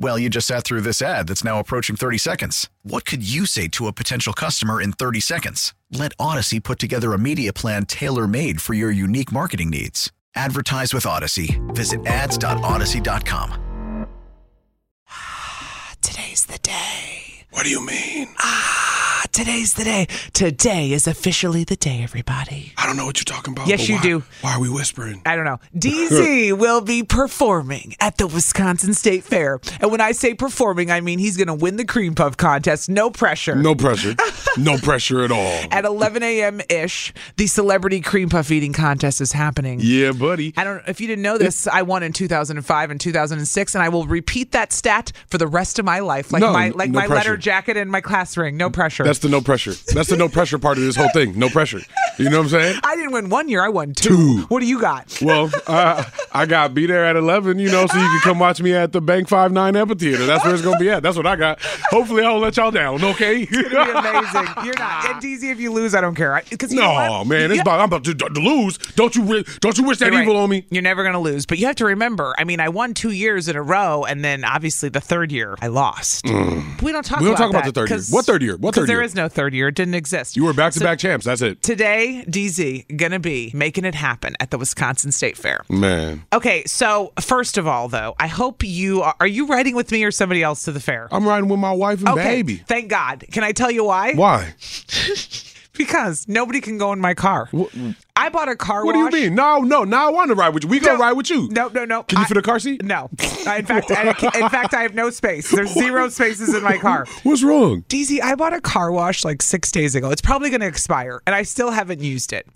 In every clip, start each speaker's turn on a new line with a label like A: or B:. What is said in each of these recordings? A: Well, you just sat through this ad that's now approaching 30 seconds. What could you say to a potential customer in 30 seconds? Let Odyssey put together a media plan tailor made for your unique marketing needs. Advertise with Odyssey. Visit ads.odyssey.com.
B: Today's the day.
C: What do you mean?
B: Ah, today's the day. Today is officially the day, everybody.
C: I don't know what you're talking about.
B: Yes,
C: but
B: you
C: why-
B: do.
C: Why are we whispering?
B: I don't know. DZ will be performing at the Wisconsin State Fair. And when I say performing, I mean he's going to win the cream puff contest. No pressure.
C: No pressure. no pressure at all.
B: At 11 a.m. ish, the celebrity cream puff eating contest is happening.
C: yeah, buddy.
B: I don't if you didn't know this, I won in 2005 and 2006 and I will repeat that stat for the rest of my life like
C: No,
B: my like
C: no
B: my letter
C: pressure.
B: jacket and my class ring. No pressure.
C: That's the no pressure. That's the no pressure part of this whole thing. No pressure. You know what I'm saying?
B: I didn't win one year. I won two.
C: Two.
B: What do you got?
C: Well, uh, I got be there at 11, you know, so you can come watch me at the Bank 5-9 Amphitheater. That's where it's going to be at. That's what I got. Hopefully, I don't let y'all down, okay?
B: It'd be amazing. You're not. And DZ, if you lose, I don't care. Because
C: no, man. It's about, I'm about to, to lose. Don't you, wi- don't you wish that evil on me?
B: You're never gonna lose. But you have to remember. I mean, I won two years in a row, and then obviously the third year I lost. But We don't talk.
C: Mm. We don't
B: about
C: talk about
B: that
C: the third year.
B: 'cause-
C: What third year? What
B: 'cause
C: third
B: There
C: year?
B: is no third year. It didn't exist.
C: You were back-to-back champs. That's it.
B: Today, DZ gonna be making it happen at the Wisconsin State Fair.
C: Man.
B: Okay, so first of all, though, I hope you are, are you riding with me or somebody else to the fair?
C: I'm riding with my wife and
B: okay,
C: baby.
B: thank God. Can I tell you why?
C: Why?
B: Because nobody can go in my car. I bought a car
C: What do
B: wash.
C: you mean? No, no, no. I want to ride with you. We gonna
B: No.
C: ride with you.
B: No, no, no.
C: Can you
B: I-
C: fit a car seat?
B: No. I- in fact, I, in fact, I have no space. There's zero spaces in my car.
C: What's wrong?
B: DZ, Oh, I bought a car wash like six days ago. It's probably going to expire, and I still haven't used it.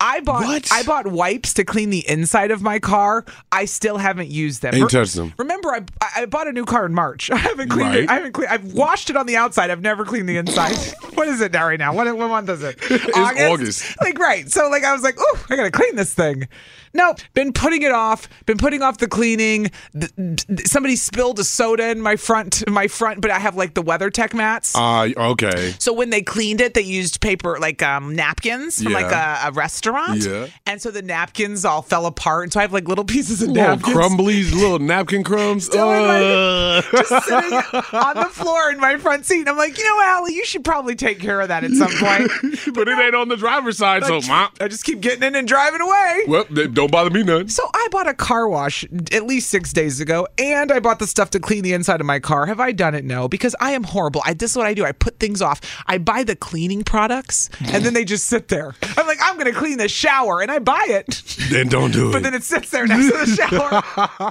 B: I bought
C: What?
B: I bought wipes to clean the inside of my car. I still haven't used them.
C: Ain't
B: Re-
C: touched them.
B: Remember, I I bought a new car in March. I haven't cleaned it.
C: Right.
B: I haven't cleaned. I've washed it on the outside. I've never cleaned the inside. what is it now? Right now, what what month is it? it's
C: August.
B: Like right. So like I was like, oh, I gotta clean this thing. Nope. Been putting it off. Been putting off the cleaning. Th- th- somebody spilled a soda in my front my front, but I have like the WeatherTech mats.
C: Ah, okay.
B: So when they cleaned it, they used paper like um, napkins from like
C: Yeah.
B: a, a restaurant.
C: Yeah.
B: And so the napkins all fell apart. And so I have like little pieces of
C: Little
B: napkins.
C: crumblies, little napkin crumbs.
B: Still in my-
C: Uh,
B: just sitting on the floor in my front seat. And I'm like, you know, Allie, you should probably take care of that at some point.
C: Uh, but it ain't on the driver's side, so mom.
B: I just keep getting in and driving away.
C: Well, they- don't bother me none.
B: So I bought a car wash at least six days ago, and I bought the stuff to clean the inside of my car. Have I done it? No, because I am horrible. I, this is what I do. I put things off. I buy the cleaning products, and then they just sit there. I'm like, I'm gonna clean the shower, and I buy it,
C: Then don't do
B: but
C: it.
B: then it sits there next to the shower.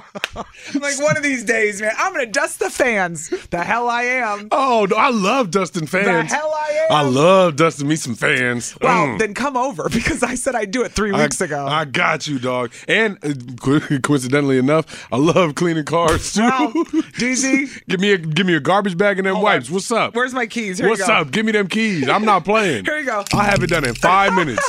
B: I'm like, one of these days, man, I'm gonna dust the fans. The hell I am.
C: oh, no, I love dusting fans.
B: hell I am.
C: I love dusting me some fans.
B: Well,
C: Mm.
B: then come over because I said I'd do it three weeks
C: I,
B: ago.
C: I got you, dog. And uh, co- coincidentally enough, I love cleaning cars too.
B: Wow. DZ,
C: give me a give me a garbage bag and them
B: on.
C: wipes. What's up?
B: where's my keys? Here you
C: What's
B: go.
C: up? Give me them keys. I'm not playing.
B: Here you go.
C: I haven't done it in five minutes.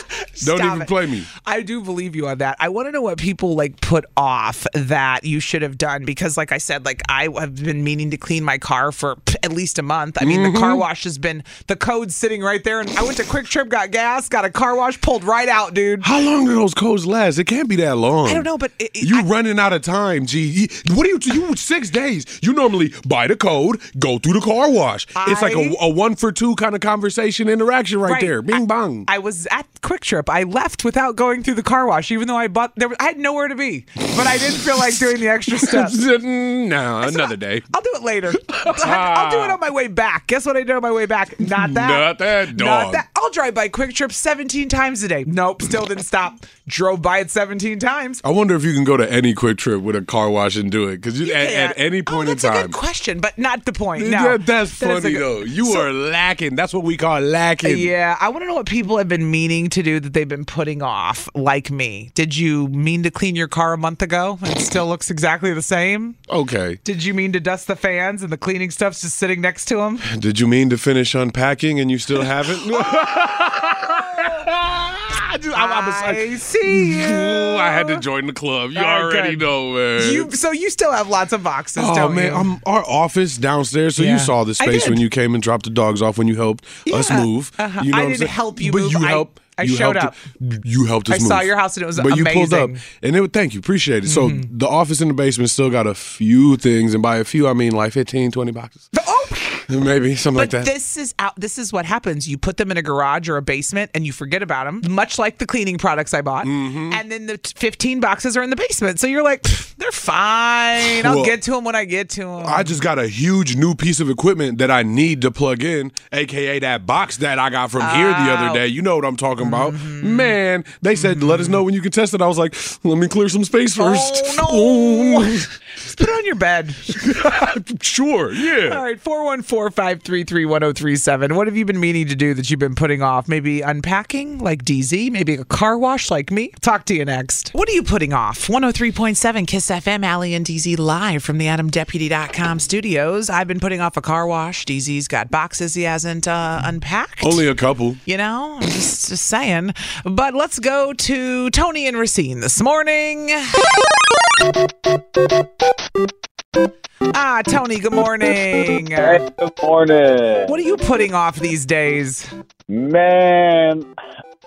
C: Don't
B: Stop
C: even
B: it.
C: play me.
B: I do believe you on that. I want to know what people like put off that you should have done because, like I said, like I have been meaning to clean my car for pff, at least a month. I mean, the
C: Mm-hmm.
B: car wash has been the code's sitting right there, and I went to Quick Trip, got gas, got a car wash, pulled right out, dude.
C: How long do those codes last? It can't be that long.
B: I don't know, but it- it-
C: you
B: I-
C: running out of time, G. You- What do you? You six days. You normally buy the code, go through the car wash. it's like
B: I-
C: a, a one for two kind of conversation interaction right,
B: Right.
C: there. Bing bong.
B: I was at Quick Trip. I left without going through the car wash, even though I bought. There, was- I had nowhere to be, but I didn't feel like doing the extra steps.
C: no, another day.
B: I'll do it later. I'll, I'll do it on my way back. Guess what I did on my way back? Not that.
C: Not that, dog.
B: I'll drive by Quick Trip 17 times a day. Nope. still didn't stop. Drove by it 17 times.
C: I wonder if you can go to any quick trip with a car wash and do it because you, at,
B: Yeah.
C: at any point
B: oh,
C: in
B: that's a
C: time.
B: good question, but not the point. No,
C: Yeah, that's
B: That is a
C: funny
B: good-
C: though. You
B: So-
C: are lacking. That's what we call lacking.
B: Yeah, I want to know what people have been meaning to do that they've been putting off, like me. Did you mean to clean your car a month ago and it still looks exactly the same?
C: Okay.
B: Did you mean to dust the fans and the cleaning stuff's just sitting next to them?
C: Did you mean to finish unpacking and you still haven't? I, just- I'm- I'm a psych-
B: I see you.
C: Ooh, I had to join the club. You
B: All right,
C: already
B: good.
C: know, man.
B: You so you still have lots of boxes,
C: Oh
B: don't
C: man,
B: you?
C: um, our office downstairs. So
B: Yeah.
C: you saw the
B: I
C: space
B: did.
C: when you came and dropped the dogs off when you helped us
B: Yeah.
C: move.
B: Uh-huh.
C: You know
B: I
C: what I'm
B: didn't
C: saying?
B: help you
C: but
B: move.
C: you
B: I-
C: helped.
B: I
C: you
B: showed
C: helped,
B: up.
C: You helped us.
B: I saw
C: move.
B: your house and it was
C: But you pulled up,
B: amazing. Mm-hmm.
C: and it. Thank you, appreciate it. So the office in the basement still got a few things, and by a few I mean like 15, 20 boxes,
B: oh,
C: maybe something like
B: but
C: that.
B: this is out. This is what happens. You put them in a garage or a basement, and you forget about them. Much like the cleaning products I bought,
C: Mm-hmm.
B: and then the t- fifteen boxes are in the basement. So you're like, "Pfft, they're fine. I'll
C: Well,
B: get to them when I get to them.
C: I just got a huge new piece of equipment that I need to plug in, aka that box that I got from here the
B: Oh.
C: other day. You know what I'm talking about.
B: Mm-hmm.
C: Man, they said, let us know when you can test it. I was like, let me clear some space first.
B: Oh, no. just put it on your bed.
C: no. sure, yeah.
B: All right, 414 533 1037. What have you been meaning to do that you've been putting off? Maybe unpacking like DZ, maybe a car wash like me? Talk to you next. What are you putting off? 103.7 Kiss FM, Allie and DZ live from the AdamDeputy.com studios. I've been putting off a car wash. DZ's got boxes he hasn't uh, unpacked.
C: Only a couple.
B: you know, I'm just, just saying. But let's go to Tony and Racine this morning. Ah, Tony, good morning.
D: Hey, good morning.
B: What are you putting off these days?
D: Man,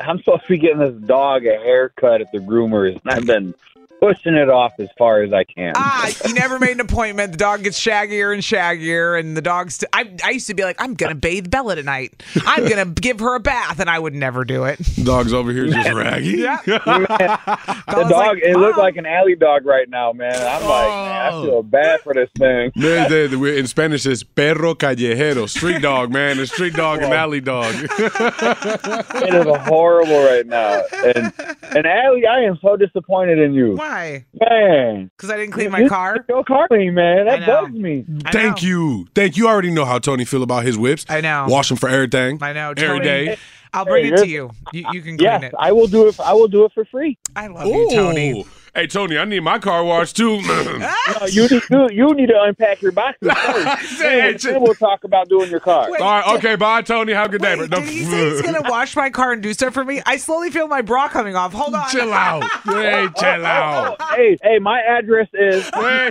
D: I'm supposed to be getting this dog a haircut at the groomers, and I've been pushing it off as far as I can.
B: Ah, you never made an appointment. The dog gets shaggier and shaggier, and the dog's. St- I, I used to be like, I'm going to bathe Bella tonight. I'm going to give her a bath, and I would never do it.
C: Dogs over here just raggy.
D: the dog, it looked like an alley dog right now, man. I'm like,
B: Oh.
D: man, I feel bad for this thing.
C: Man, they- they- we're- in Spanish, it's perro callejero, street dog, man. The street dog and alley dog.
D: It is horrible right now. And, and Allie, I am so disappointed in you.
B: Why?
D: Man.
B: Because I didn't clean my car?
D: Your car clean, man.
B: I
D: That
B: know.
D: bugs me.
B: I
C: Thank
B: know.
C: you. Thank you. You already know how Tony feel about his whips.
B: I know.
C: Wash them for everything.
B: I know.
C: Every
B: Tony,
C: day.
B: I'll bring
D: Hey,
B: it to you.
D: you're-
B: You, you can clean
D: Yes,
B: it.
D: I will do it. I will do it for free.
B: I love you, Tony. Ah!
C: Ooh. Hey, Tony, I need my car washed too.
D: No, Uh, you need you, you need to unpack your boxes first.
C: Say
D: then,
C: it.
D: then we'll talk about doing your car.
B: Wait,
C: All right, okay, bye, Tony. Have a good day.
B: Wait,
C: bro.
B: did he say he's gonna wash my car and do stuff for me? I slowly feel my bra coming off. Hold on.
C: chill out. Hey, chill out.
D: Hey, hey, my address is.
C: Hey,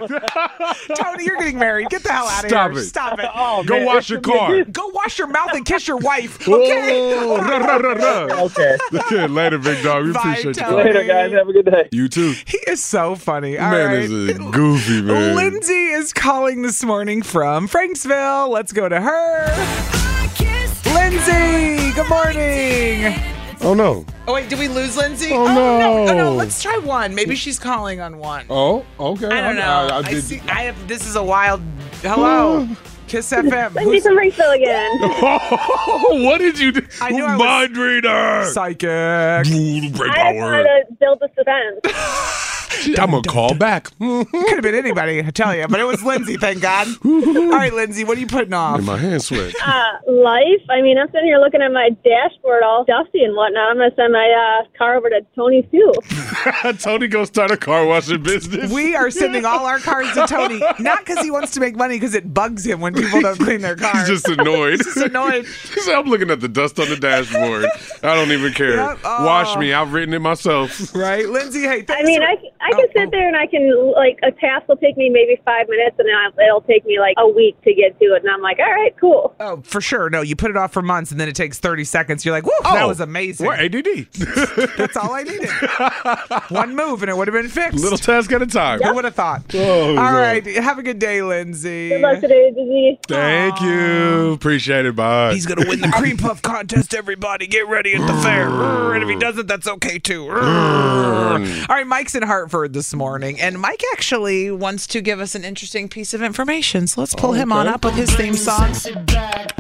B: Tony, you're getting married. Get the hell out of
C: Stop
B: here.
C: it.
B: Stop it.
D: Oh,
C: Go
D: man, it
C: wash your
D: should be a
C: car.
D: dis-
B: Go wash your mouth and kiss your wife. Okay.
C: Oh, ruh, ruh, ruh, ruh.
D: Okay.
C: Okay, later, big dog. We
B: Bye,
C: appreciate you.
B: Tony.
C: calling.
D: Later, guys. Have a good day.
C: You too.
B: He is so funny. All
C: man
B: right.
C: is a goofy man.
B: Lindsay is calling this morning from Franksville. Let's go to her. Lindsay, good morning.
C: Oh no.
B: Oh wait, did we lose Lindsay?
C: Oh,
B: no.
C: no.
B: Oh, no. Let's try one. Maybe she's calling on one.
C: Oh, okay.
B: I don't know. I,
C: did-
B: see. I have. This is a wild. Hello, Kiss FM.
E: Lindsay
B: Who's
E: from Ringfield again.
C: Oh, what did you do?
B: I knew I was-
C: Mind reader.
B: psychic?
C: Ooh, brain
E: I just wanted
C: power.
E: to build this defense.
C: I'm gonna call back. Mhm.
B: Could have been anybody. I tell you, but it was Lindsay. Thank God. All right, Lindsay, what are you putting off?
C: And my hands sweat.
E: Uh, life. I mean, I'm sitting here looking at my dashboard all dusty and whatnot. I'm gonna send my uh, car over to Tony too.
C: Tony go start a car washing business.
B: We are sending all our cars to Tony, not because he wants to make money, because it bugs him when people don't clean their cars.
C: He's just annoyed.
B: He's annoyed.
C: He said, I'm looking at the dust on the dashboard. I don't even care.
B: Yep. Oh.
C: Wash me. I've written it myself.
B: right, Lindsay. Hey, thanks
E: I mean,
B: for-
E: I, c- I can
B: Oh, oh.
E: sit there and I can like a task will take me maybe five minutes, and I'll, it'll take me like a week to get to it. And I'm like, all right, cool.
B: Oh, for sure. No, you put it off for months, and then it takes thirty seconds. You're like, "Whoa, that was amazing."
C: Oh, We're ADD.
B: That's all I needed. One move, and it would have been fixed.
C: Little task at a time.
B: Who would have thought?
C: Oh,
B: All
C: no.
B: right. Have a good day, Lindsay.
E: Good luck today, Dizzy.
C: Thank you. Appreciate it. Bye.
B: He's gonna win the cream puff contest. Everybody, get ready at the fair. Rrr, And if he doesn't, that's okay too. Rrr. All right, Mike's in Hartford this morning, and Mike actually wants to give us an interesting piece of information. So let's pull him on up with his theme song.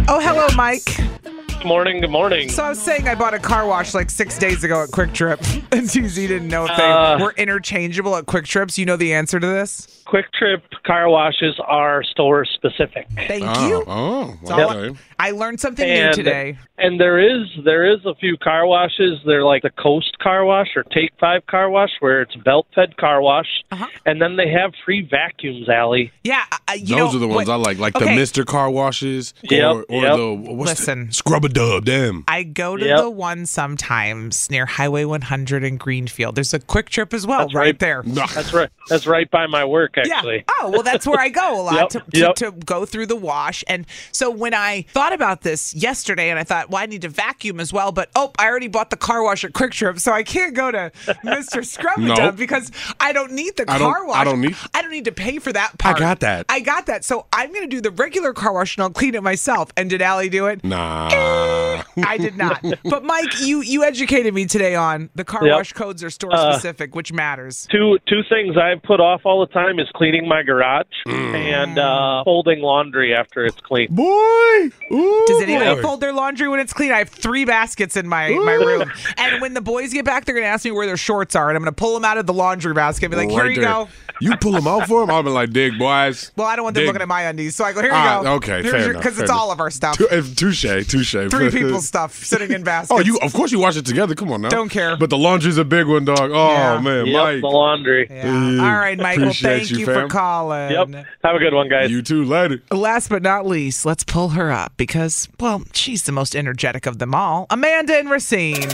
B: Oh, hello, Oh, Mike.
F: Good morning. Good morning.
B: So I was saying I bought a car wash like six days ago at Quick Trip, and TZ didn't know if they
F: Uh.
B: were interchangeable at Quick Trips. You know the answer to this?
F: Quick Trip car washes are store specific.
B: Thank
C: Oh,
B: you.
C: oh,
B: all-
C: okay.
B: I learned something new
F: And-
B: today.
F: And there is there is a few car washes. They're like the Coast Car Wash or Take Five Car Wash, where it's belt fed car wash,
B: Uh-huh.
F: and then they have free vacuums. Alley.
B: Yeah, I- I- you
C: Those
B: know
C: are the ones
B: what-
C: I like, like
B: Okay.
C: the Mister Car Washes,
F: Yep,
C: or, or
F: yep.
C: the what's
B: Listen.
C: the, Scrub a Dub. Damn,
B: I go to
F: Yep.
B: the one sometimes near Highway 100 in Greenfield. There's a Quick Trip as well, right,
F: right.
B: there.
F: That's right. That's right by my work, actually.
B: Yeah. Oh, well, that's where I go a lot
F: Yep,
B: to, to,
F: yep.
B: to go through the wash. And so when I thought about this yesterday and I thought, well, I need to vacuum as well, but oh, I already bought the car wash at Quick Trip, so I can't go to Mr. Scrub and
C: No.
B: Dub because I don't need the
C: I don't-
B: car wash.
C: I don't need-
B: I don't need to pay for that
C: I
B: part.
C: got that.
B: I got that. So I'm going to do the regular car wash and I'll clean it myself. And did Allie do it?
C: nah.
B: I did not. But Mike, you you educated me today on the car
F: Yep.
B: wash codes are store
C: Uh.
B: specific, which matters.
F: Two two things I put off all the time is cleaning my garage and uh, folding laundry after it's clean.
C: Mm. Boy, Ooh,
B: Does anybody
C: Oh, boy.
B: fold their laundry when it's clean? I have three baskets in my, my room. And when the boys get back, they're going to ask me where their shorts are. And I'm going to pull them out of the laundry basket and be like, here
C: Right
B: you
C: there.
B: go.
C: You pull them out for him. I've been like, dig, boys.
B: Well, I don't want them
C: Dig.
B: looking at my undies. So I go, here you
C: Ah,
B: go.
C: okay, fair enough,
B: Because
C: fair
B: it's
C: enough.
B: all of our stuff.
C: Tu- eh, Touche, touche.
B: Three people's stuff sitting in baskets.
C: Oh, you of course you wash it together. Come on now.
B: Don't care.
C: But the laundry's a big one, dog. Oh
B: Yeah.
C: man,
F: Yep,
C: Mike.
F: the laundry.
B: Yeah. All right, Michael.
C: Appreciate
B: thank you,
C: you,
B: for
C: fam.
B: calling.
F: Yep. Have a good one, guys.
C: You too later.
B: Last but not least, let's pull her up because, well, she's the most energetic of them all. Amanda and Racine.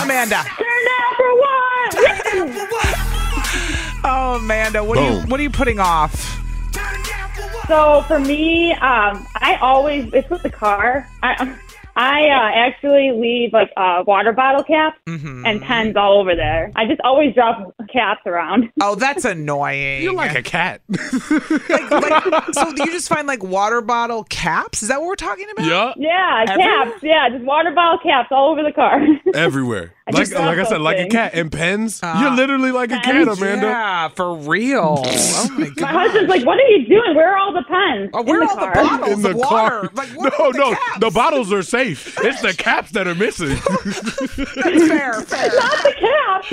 B: Amanda.
E: Turn down for what?
B: Oh, Amanda, what are you
C: Boom.
B: what are you putting off?
E: So for me, um, I always it's with the car. I I uh, actually leave like uh, water bottle caps
B: Mm-hmm.
E: and pens all over there. I just always drop caps around.
B: Oh, that's annoying.
C: You're like a cat.
B: like, like- so you just find like water bottle caps? Is that what we're talking about?
C: yeah.
E: Yeah,
B: Everywhere?
E: caps. Yeah, just water bottle caps all over the car.
C: Everywhere.
E: I
C: Like
E: just
C: like I
E: love
C: said, like a
E: those
C: cat. And pens. You're literally like a cat, Amanda.
B: Uh, Yeah, for real. oh my
E: My
B: god.
E: husband's like, "What are you doing? Where are all the pens?"
B: Oh, where
E: in
B: are
E: the
B: all the
E: car?
B: bottles?
C: In the
B: of water.
C: car.
B: Like, what
C: no,
B: about the
C: no.
B: caps?
C: The bottles are safe. It's the caps that are missing.
B: fair, fair.
E: Not the caps.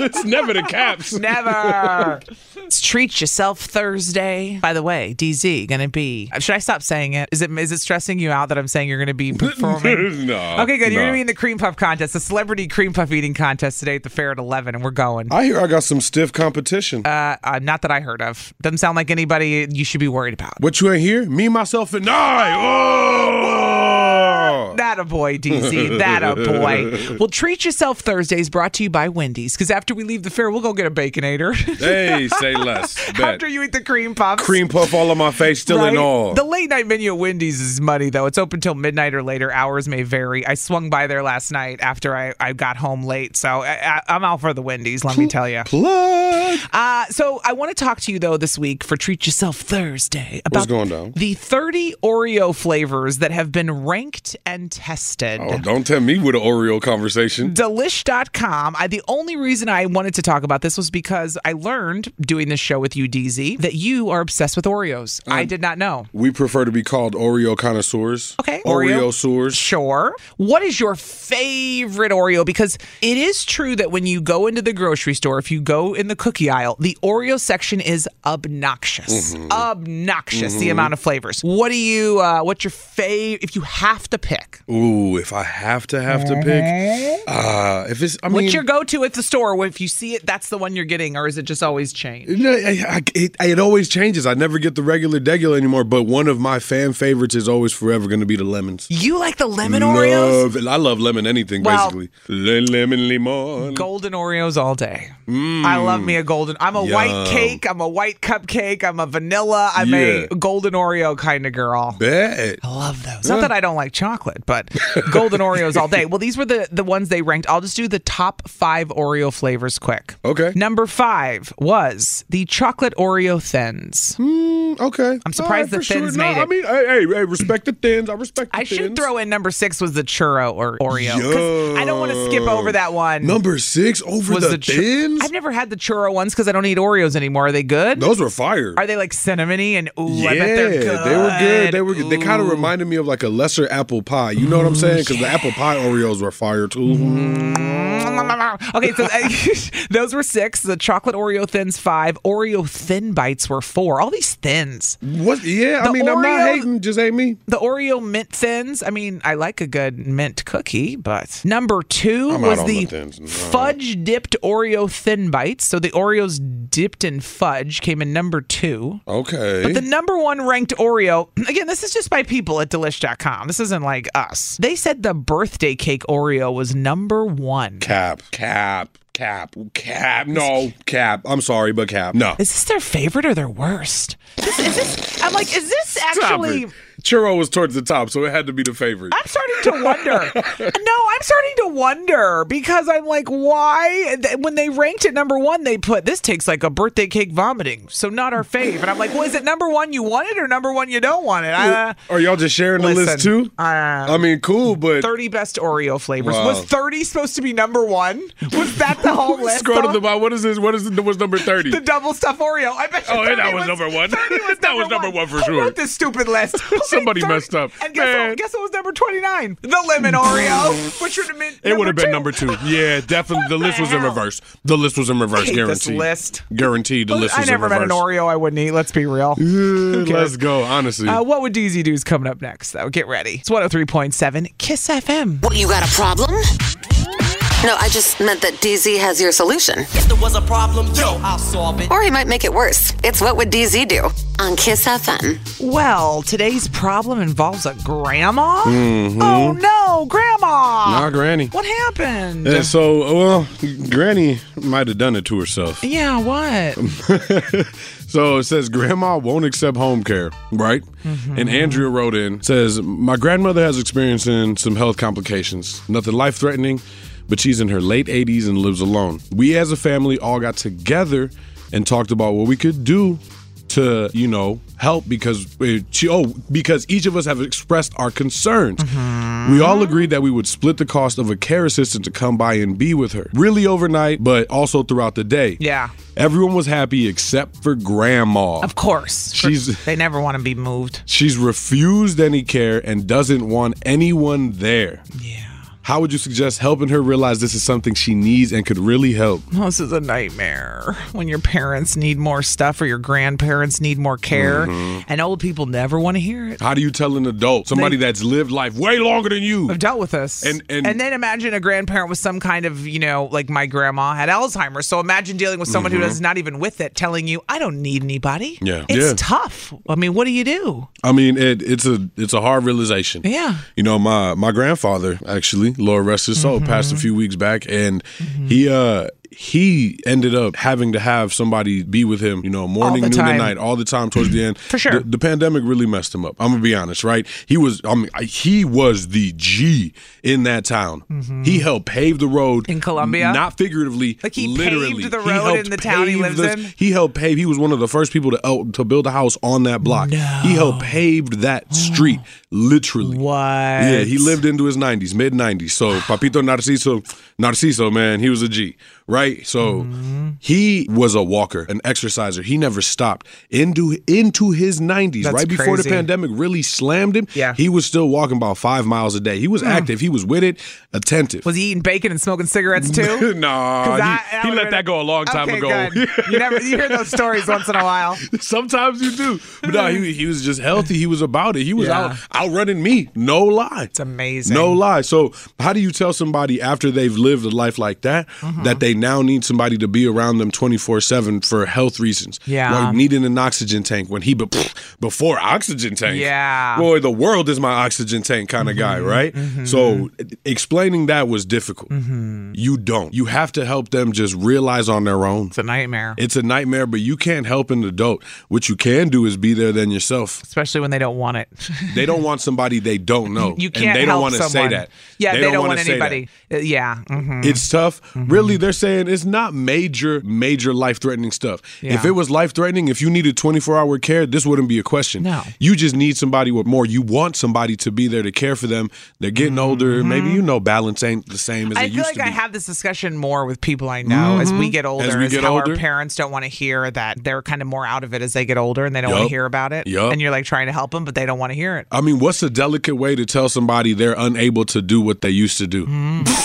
C: it's never the caps.
B: Never. It's treat yourself Thursday. By the way, DZ gonna be. Should I stop saying it? Is it is it stressing you out that I'm saying you're gonna be performing?
C: no.
B: Okay, good. You're
C: Uh, no.
B: gonna be in the cream puff contest, the celebrity cream puff eating contest today at the fair at eleven, and we're going.
C: I hear I got some stiff competition.
B: Uh, uh, not that I heard of. Doesn't sound like anybody you should be worried about.
C: what you ain't here? Me, myself, and I. Oh!
B: That a boy, DZ. That a boy. Well, treat yourself Thursdays brought to you by Wendy's. Because after we leave the fair, we'll go get a baconator.
C: Hey, say less. Bet.
B: after you eat the cream puffs.
C: Cream puff all on my face, still
B: right?
C: in all.
B: The late night menu at Wendy's is money, though. It's open till midnight or later. Hours may vary. I swung by there last night after I, I got home late. So I, I, I'm out for the Wendy's, let me tell you.
C: Plug.
B: Uh, so I want to talk to you though this week for Treat Yourself Thursday about
C: going down?
B: the 30 Oreo flavors that have been ranked and tested.
C: Oh, don't tell me with an Oreo
B: Mm.
C: conversation.
B: Delish.com. I, the only reason I wanted to talk about this was because I learned doing this show with you, DZ, that you are obsessed with Oreos. I
C: Mm.
B: did not know.
C: We prefer to be called Oreo connoisseurs.
B: Okay.
C: Oreo sours.
B: Sure. What is your favorite Oreo? Because it is true that when you go into the grocery store, if you go in the cookie aisle, the Oreo section is obnoxious. Obnoxious, the amount of flavors. What do you, uh, what's your favorite, if you have to pick?
C: Ooh, if I have to have to pick, uh, if it's, I mean,
B: What's your go to at the store? If you see it, that's the one you're getting, or is it just always changed?
C: No, I- I- it, it always changes. I never get the regular degular anymore. But one of my fan favorites is always forever going to be the lemons.
B: You like the lemon Oreos?
C: Love, I love lemon anything
B: Well-
C: basically. Le- lemon lemon.
B: Golden Oreos all day. I love me a golden. I'm a white
C: Yum.
B: cake. I'm a white cupcake. I'm a vanilla. I'm a
C: Yeah.
B: golden Oreo kind of girl.
C: Bad.
B: I love those. Not that I don't like chocolate, it, but golden Oreos all day. Well, these were the the ones they ranked. I'll just do the top five Oreo flavors quick.
C: Okay.
B: Number five was the chocolate Oreo thins.
C: Mm, okay.
B: I'm surprised
C: All
B: the thins
C: No,
B: made it.
C: I mean, hey, hey, hey, respect the thins. I respect. The
B: I should
C: thins.
B: throw in number six was the churro or Oreo. 'cause I don't want to skip over that one.
C: Number six over
B: was
C: the,
B: chur-
C: thins.
B: I've never had the churro ones because I don't eat Oreos anymore. Are they good?
C: Those were fire.
B: Are they like cinnamony and ooh?
C: yeah,
B: I bet they're good.
C: they were good. They were. good. They kind of
B: Ooh. Mm,
C: reminded me of like a lesser apple pie. You know what I'm saying? Because the apple pie Oreos were fire too.
B: Mm-hmm. Okay, so uh, those were six. The chocolate Oreo thins five. Oreo thin bites were four. All these thins.
C: What? Yeah,
B: The
C: I mean, I'm not
B: Oreo-
C: hating. Just ain't me.
B: The Oreo mint thins. I mean, I like a good mint cookie, but number 2
C: I'm out
B: was
C: on
B: the
C: the thins, no.
B: fudge dipped Oreo thin bites. So the Oreos dipped in fudge came in number two.
C: Okay.
B: But the number one ranked Oreo, again, this is just by people at delish.com. This isn't like us. They said the birthday cake Oreo was number one.
C: cap, cap, cap, cap. No, cap. I'm sorry, but cap. No.
B: Is this their favorite or their worst? This, is this, I'm like, is this
C: Stop
B: actually.
C: it. Churro was towards the top, so it had to be the favorite.
B: I'm starting to wonder. no, I'm starting to wonder because I'm like, why? th- When they ranked it number one, they put this takes like a birthday cake vomiting, so not our fave. And I'm like, well, is it number one you want it or number one you don't want it? Uh,
C: Are y'all just sharing the list
B: listen,
C: too? I mean, cool, but
B: 30 best Oreo flavors.
C: Wow.
B: Was 30 supposed to be number one? Was that the whole list?
C: scroll to
B: though?
C: the bottom. What is this? What is what's number thirty?
B: the double stuff Oreo. I bet you
C: Oh,
B: 30
C: that was number one.
B: 30 was
C: That was
B: number
C: number one for
B: Who
C: sure.
B: wrote this stupid list? Who made
C: Somebody
B: 30?
C: messed up.
B: And guess
C: Man.
B: what, guess what was number 29? The lemon Oreo, which would have been
C: It would have been
B: two.
C: number two. Yeah, definitely. the list was in
B: hell?
C: reverse. The list was in reverse.
B: hate this
C: guaranteed.
B: list.
C: Guaranteed. The list
B: I
C: was
B: never
C: in
B: met
C: reverse.
B: an Oreo I wouldn't eat. Let's be real.
C: Ooh,
B: cares?
C: Let's go. Honestly,
B: Uh, what would DZ do is coming up next, though. Get ready. It's 103.7 Kiss FM.
G: What, you got a problem? No, I just meant that DZ has your solution.
H: If there was a problem, yo, I'll solve it.
G: Or he might make it worse. It's What Would DZ Do? on Kiss FM.
B: Well, today's problem involves a grandma. Oh, no, grandma.
C: Mm-hmm. Nah, Granny.
B: What happened?
C: And so, well, Granny might have done it to herself.
B: Yeah, what?
C: So it says grandma won't accept home care, right? And Andrea wrote in says my grandmother has experiencing some health complications, nothing life threatening, but she's in her late 80s and lives alone. We as a family all got together and talked about what we could do to you know help because uh, she oh because each of us have expressed our concerns. We all agreed that we would split the cost of a care assistant to come by and be with her, really overnight, but also throughout the day.
B: Yeah.
C: Everyone was happy except for grandma.
B: Of course.
C: She's-
B: They never want to be moved.
C: She's refused any care and doesn't want anyone there.
B: Yeah.
C: How would you suggest helping her realize this is something she needs and could really help?
B: This is a nightmare when your parents need more stuff or your grandparents need more care,
C: Mm-hmm.
B: and old people never want to hear it.
C: How do you tell an adult, somebody that's lived life way longer than you?
B: have dealt with this.
C: And- and-
B: then imagine a grandparent with some kind of, you know, like my grandma had Alzheimer's. So imagine dealing with someone who is not even with it telling you, I don't need anybody.
C: Mm-hmm. Yeah.
B: It's
C: Yeah.
B: tough. I mean, what do you do?
C: I mean, it, it's a it's a hard realization.
B: Yeah.
C: You know, my my grandfather actually, Lord rest his soul, passed a
B: Mm-hmm.
C: few weeks back, and he uh he ended up having to have somebody be with him, you know, morning,
B: the
C: noon,
B: time.
C: and night, all the time towards the end.
B: For sure.
C: The, the pandemic really messed him up. I'm gonna be honest, right? He was, I mean, I- he was the G in that town. He helped pave the road
B: Mm-hmm. In Columbia?
C: not figuratively,
B: Like, he paved
C: literally.
B: the
C: He
B: road
C: helped
B: in the town he
C: pave
B: lives
C: this-
B: in?
C: he helped pave. He was one of the first people to el- to build a house on that block. He helped paved that street, literally.
B: What?
C: Yeah, he lived into his nineties, mid nineties. So Papito Narciso, Narciso, man, he was a G, right? So
B: Mm-hmm.
C: he was a walker, an exerciser. He never stopped into into his nineties,
B: That's
C: right before the
B: crazy.
C: pandemic really slammed him.
B: Yeah. Hmm.
C: he was still walking about five miles a day. He was active. He was with it, attentive.
B: Was he eating bacon and smoking cigarettes too?
C: nah,
B: 'Cause
C: he,
B: I- I
C: he
B: would've
C: let
B: been-
C: that go a long time
B: Okay,
C: ago.
B: good. you never you hear those stories once in a while.
C: Sometimes you do. But no, he, he was just healthy. He was about it. He was out
B: Yeah.
C: outrunning me. No lie.
B: It's amazing. Mm-hmm.
C: No lie. So how do you tell somebody after they've lived a life like that that they now need somebody to be around them 24 7 for health reasons.
B: Yeah.
C: Like needing an oxygen tank when he, be- before oxygen tank.
B: Yeah. Mm-hmm.
C: Boy, the world is my oxygen tank kind of guy, right? So e- explaining that was difficult.
B: Mm-hmm.
C: You don't. You have to help them just realize on their own.
B: It's a nightmare,
C: It's a nightmare, but you can't help an adult. What you can do is be there than yourself.
B: especially when they don't want it.
C: They don't want somebody they don't know.
B: You can't
C: Oh, and they
B: help
C: don't want to say
B: someone.
C: that.
B: Yeah, they, don't, want
C: wanna say that. Mm-hmm.
B: anybody. Uh, Yeah. mhm.
C: It's tough. Really, they're saying it's not major, major life threatening stuff. If
B: Yeah.
C: it was life threatening, if you needed 24 hour care, this wouldn't be a question.
B: No.
C: You just need somebody with more. You want somebody to be there to care for them. They're getting older. Maybe you know balance ain't the same as
B: Mm-hmm. I
C: it
B: feel
C: used
B: like
C: to
B: I
C: be. Mm-hmm.
B: have this discussion more with people I know as we get older.
C: As we
B: is
C: get
B: how
C: older.
B: our parents don't want to hear that they're kind of more out of it as they get older and they don't want
C: Yup.
B: to hear about it.
C: Yup.
B: And you're like trying to help them, but they don't want to hear it.
C: I mean, what's a delicate way to tell somebody they're unable to do what they used to do?
B: Mm.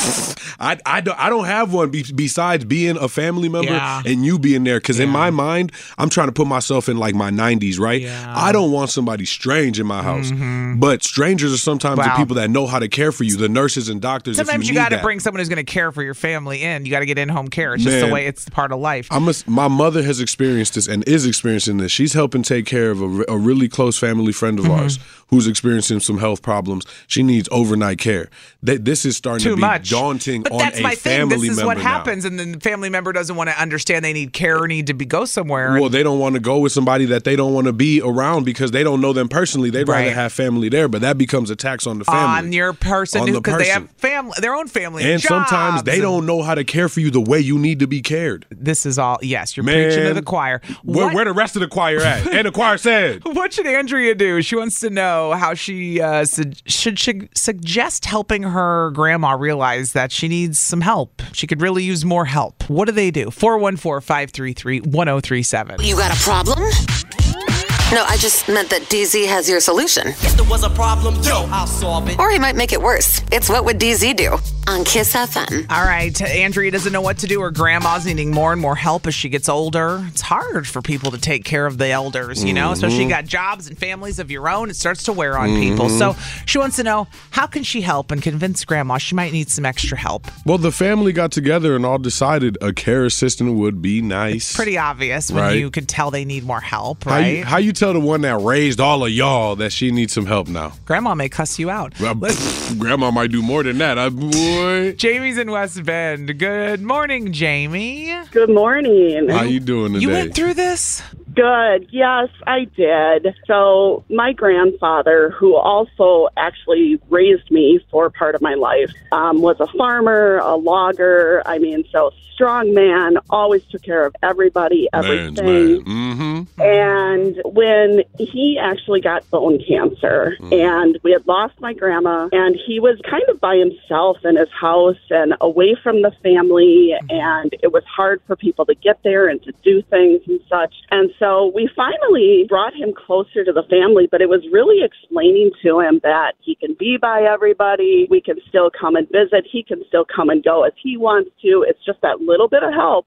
C: I, I, don't, I don't have one be, besides being a family member
B: Yeah.
C: and you being there. Because in my mind, I'm trying to put myself in like my 90s, right?
B: Yeah. Mm-hmm.
C: I don't want somebody strange in my house. But strangers are sometimes
B: Wow.
C: the people that know how to care for you, the nurses and doctors. if
B: Sometimes you,
C: need
B: got to
C: that.
B: bring someone who's going to care for your family in. You got to get in home care. It's just
C: Man.
B: the way it's part of life.
C: I'm a, my mother has experienced this and is experiencing this. She's helping take care of a, re- a really close family friend
B: Mm-hmm.
C: of ours who's experiencing some health problems. She needs overnight care. Th- this is starting
B: too
C: to be
B: much
C: daunting
B: but
C: on
B: that's
C: a
B: my thing
C: family
B: this is
C: member
B: what
C: now.
B: happens and then the family member doesn't want to understand they need care or need to be go somewhere
C: Well, they don't want to go with somebody that they don't want to be around because they don't know them personally. They'd
B: Right.
C: rather have family there, but that becomes a tax on the family.
B: on your person
C: On the
B: because they
C: person.
B: have family their own family
C: and sometimes
B: jobs
C: they
B: and-
C: don't know how to care for you the way you need to be cared.
B: this is all yes you're
C: Man,
B: preaching to the choir
C: Where,
B: What-
C: where the rest of the choir at? and the choir said.
B: What should Andrea do? She wants to know how she uh, su- should she suggest helping her grandma realize that she needs some help. She could really use more help. What do they do? 414 533 1037.
G: You got a problem? No, I just meant that DZ has your solution.
H: If there was a problem, yo, I'll solve it.
G: Or he might make it worse. It's What Would DZ Do? on Kiss FM.
B: All right, Andrea doesn't know what to do. Her grandma's needing more and more help as she gets older. It's hard for people to take care of the elders, you know,
C: Mm-hmm.
B: especially you got jobs and families of your own. It starts to wear on people. So
C: Mm-hmm.
B: she wants to know how can she help and convince grandma she might need some extra help.
C: Well, the family got together and all decided a care assistant would be nice.
B: Pretty obvious when
C: Right.
B: you could tell they need more help,
C: How
B: right?
C: you, how you tell the one that raised all of y'all that she needs some help now?
B: grandma may cuss you out.
C: Well, Grandma might do more than that. I boy.
B: Jamie's in West Bend. Good morning, Jamie.
I: Good morning.
C: How you doing today?
B: You went through this?
I: Good. Yes, I did. So, my grandfather, who also actually raised me for part of my life, um, was a farmer, a logger. I mean, so strong man, always took care of everybody,
C: Man's
I: everything.
C: man. Mm-hmm.
I: And when he actually got bone cancer, and we had lost my grandma, and he was kind of by himself in his house and away from the family, and it was hard for people to get there and to do things and such. And so we finally brought him closer to the family, but it was really explaining to him that he can be by everybody, we can still come and visit, he can still come and go as he wants to. It's just that little bit of help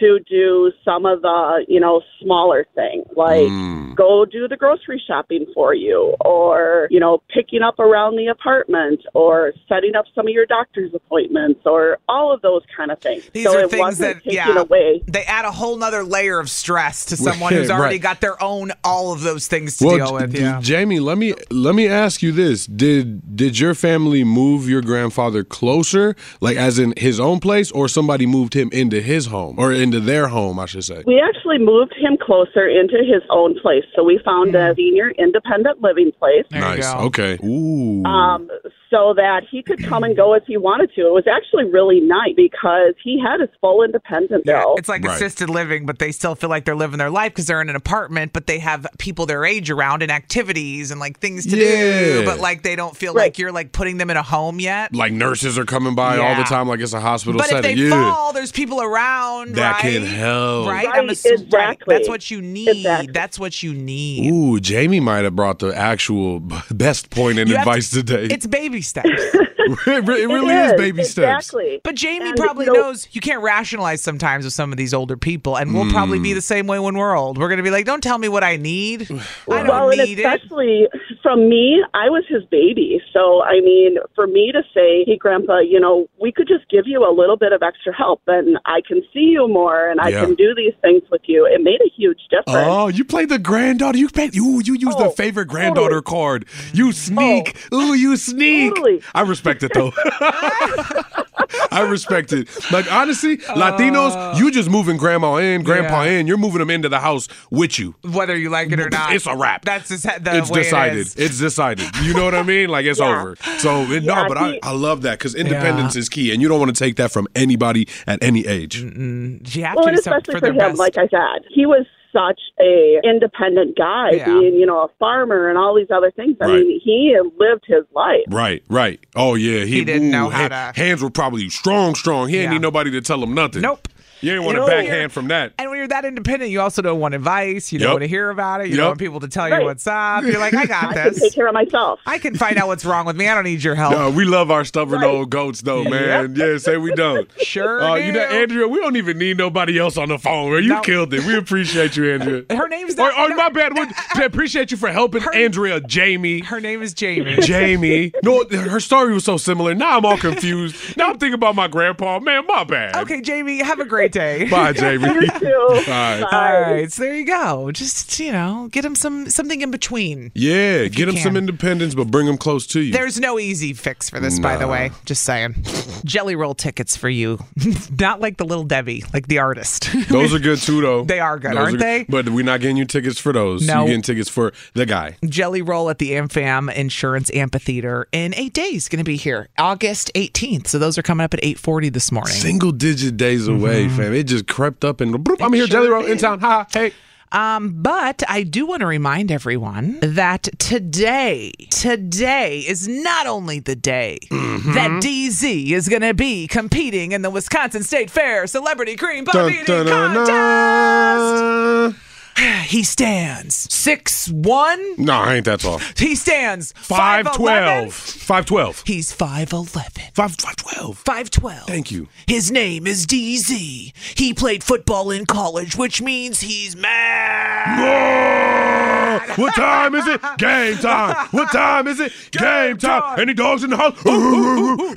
I: to do some of the you know smaller things like
B: Mm.
I: go do the grocery shopping for you or you know picking up around the apartment or setting up some of your doctor's appointments or all of those kind of things
B: These
I: so
B: are
I: it
B: things
I: wasn't
B: that
I: taken
B: yeah,
I: away
B: they add a whole nother layer of stress to someone who's
C: Right.
B: already got their own all of those things to deal
C: Well,
B: with.
C: d-
B: Yeah.
C: Jamie, let me let me ask you this: Did did your family move your grandfather closer, like as in his own place, or somebody moved him into his home or into their home? I should say.
I: we actually moved him closer into his own place so we found a senior independent living place
B: Mm. you
C: nice.
B: go.
C: Okay. Ooh.
B: Oh.
I: um, so that he could come and go as he wanted to. It was actually really nice because he had his full independence. though.
B: It's like
C: Right.
B: assisted living, but they still feel like they're living their life because they're in an apartment, but they have people their age around and activities and like things to do.
C: Yeah.
B: But like they don't feel
I: Right.
B: like you're like putting them in a home yet.
C: like nurses are coming by all
B: Yeah.
C: the time, like it's a hospital
B: But if they
C: setting. yeah. Oh.
B: fall, there's people around.
C: That
B: right?
C: can help.
B: Right?
I: Right,
B: assu- right.
I: exactly.
B: That's what you need.
I: Exactly.
B: That's what you need.
C: Ooh, Jamie might have brought the actual best point and
B: You have
C: advice
B: to-
C: today.
B: It's baby steps.
C: it re- it really is, baby steps.
B: But Jamie
I: And,
B: probably
I: you know-
B: knows you can't rationalize sometimes with some of these older people, and we'll probably
C: Hmm.
B: be the same way when we're old. We're going to be like, don't tell me what I need. I don't
I: well, and
B: need it.
I: especially from me, I was his baby. So, I mean, for me to say, hey, Grandpa, you know, we could just give you a little bit of extra help and I can see you more and I
C: Yeah.
I: can do these things with you, it made a huge difference.
C: Oh, you played the granddaughter. You played, ooh, you used
B: Oh,
C: the favorite granddaughter card. You sneak. Ooh, you sneak.
I: Totally.
C: I respect it though. I respect it. Like honestly, Latinos, you just moving grandma in, grandpa
B: Yeah.
C: in. You're moving them into the house with you.
B: Whether you like it or not,
C: It's a wrap.
B: That's just ha- the
C: It's
B: way it
C: decided.
B: is.
C: It's decided. You know what I mean? Like it's
I: Yeah.
C: over. So it- no,
I: Yeah,
C: but I,
I: he-
C: I love that because independence is key, and you don't want to take that from anybody at any age.
B: You have
I: Well,
B: to
I: and
B: accept
I: especially
B: for
I: for,
B: their
I: him,
B: best.
I: like I said, he was such a independent guy,
B: Yeah.
I: being you know a farmer and all these other things. I
C: Right.
I: mean, he lived his life.
C: Right, right. Oh yeah, he,
B: didn't know how
C: ha-
B: to-
C: Hands were probably strong, strong. He ain't
B: Yeah.
C: need nobody to tell him nothing.
B: Nope.
C: You ain't want
B: You
C: a
B: know, you're-
C: backhand from that.
B: And when you're that independent, you also don't want advice. You don't
C: Yep.
B: want to hear about it. You
C: Yep.
B: don't want people to tell you
I: Right.
B: what's up. You're like, I got
I: I can take
B: this.
I: care of myself.
B: I can find out what's wrong with me. I don't need your help.
C: No, we love our stubborn
I: Right.
C: old goats, though, man. Yeah, say we don't.
B: Sure.
C: Uh, you know,
B: do.
C: Andrea, we don't even need nobody else on the phone. Man. You
B: No.
C: killed it. We appreciate you, Andrea.
B: Her name's
C: Or,
B: not-
C: or
B: no.
C: my bad. We we appreciate you for helping Andrea, Jamie.
B: Her name is Jamie.
C: Jamie. No, her story was so similar. Now I'm all confused. Now I'm thinking about my grandpa. Man, my bad.
B: okay, Jamie, have a great day.
C: Bye, Jamie.
I: Too.
C: Bye.
B: All right, so there you go. Just you know, get him some something in between.
C: Yeah, get him some
B: can.
C: independence, but bring him close to you.
B: There's no easy fix for this, by the way. Just saying. Jelly roll tickets for you, not like the little Debbie, like the artist.
C: those are good too, though.
B: They are good, aren't they?
C: But we're not getting you tickets for those.
B: No.
C: You're getting tickets for the guy.
B: Jelly Roll at the AmFam Insurance Amphitheater in eight days. Going to be here August 18th. So those are coming up at 8:40 this morning.
C: Single digit days away,
B: Mm-hmm.
C: fam. It just crept up and bloop, I'm here, Jelly Roll, in town. Hi, hey.
B: Um, but I do want to remind everyone that today, today is not only the day
C: Mm-hmm.
B: that DZ is going to be competing in the Wisconsin State Fair Celebrity Cream Pie Eating Contest.
C: Dun-dun-dun-dun.
B: He stands six one.
C: No, ain't that tall.
B: He stands
C: 512.
B: 5'11".
C: 512.
B: He's five eleven.
C: 512.
B: 5'12.
C: Thank you.
B: His name is DZ. He played football in college, which means he's mad.
C: What time is it? Game time. What time is it? Game time.
B: time.
C: Any dogs in the house?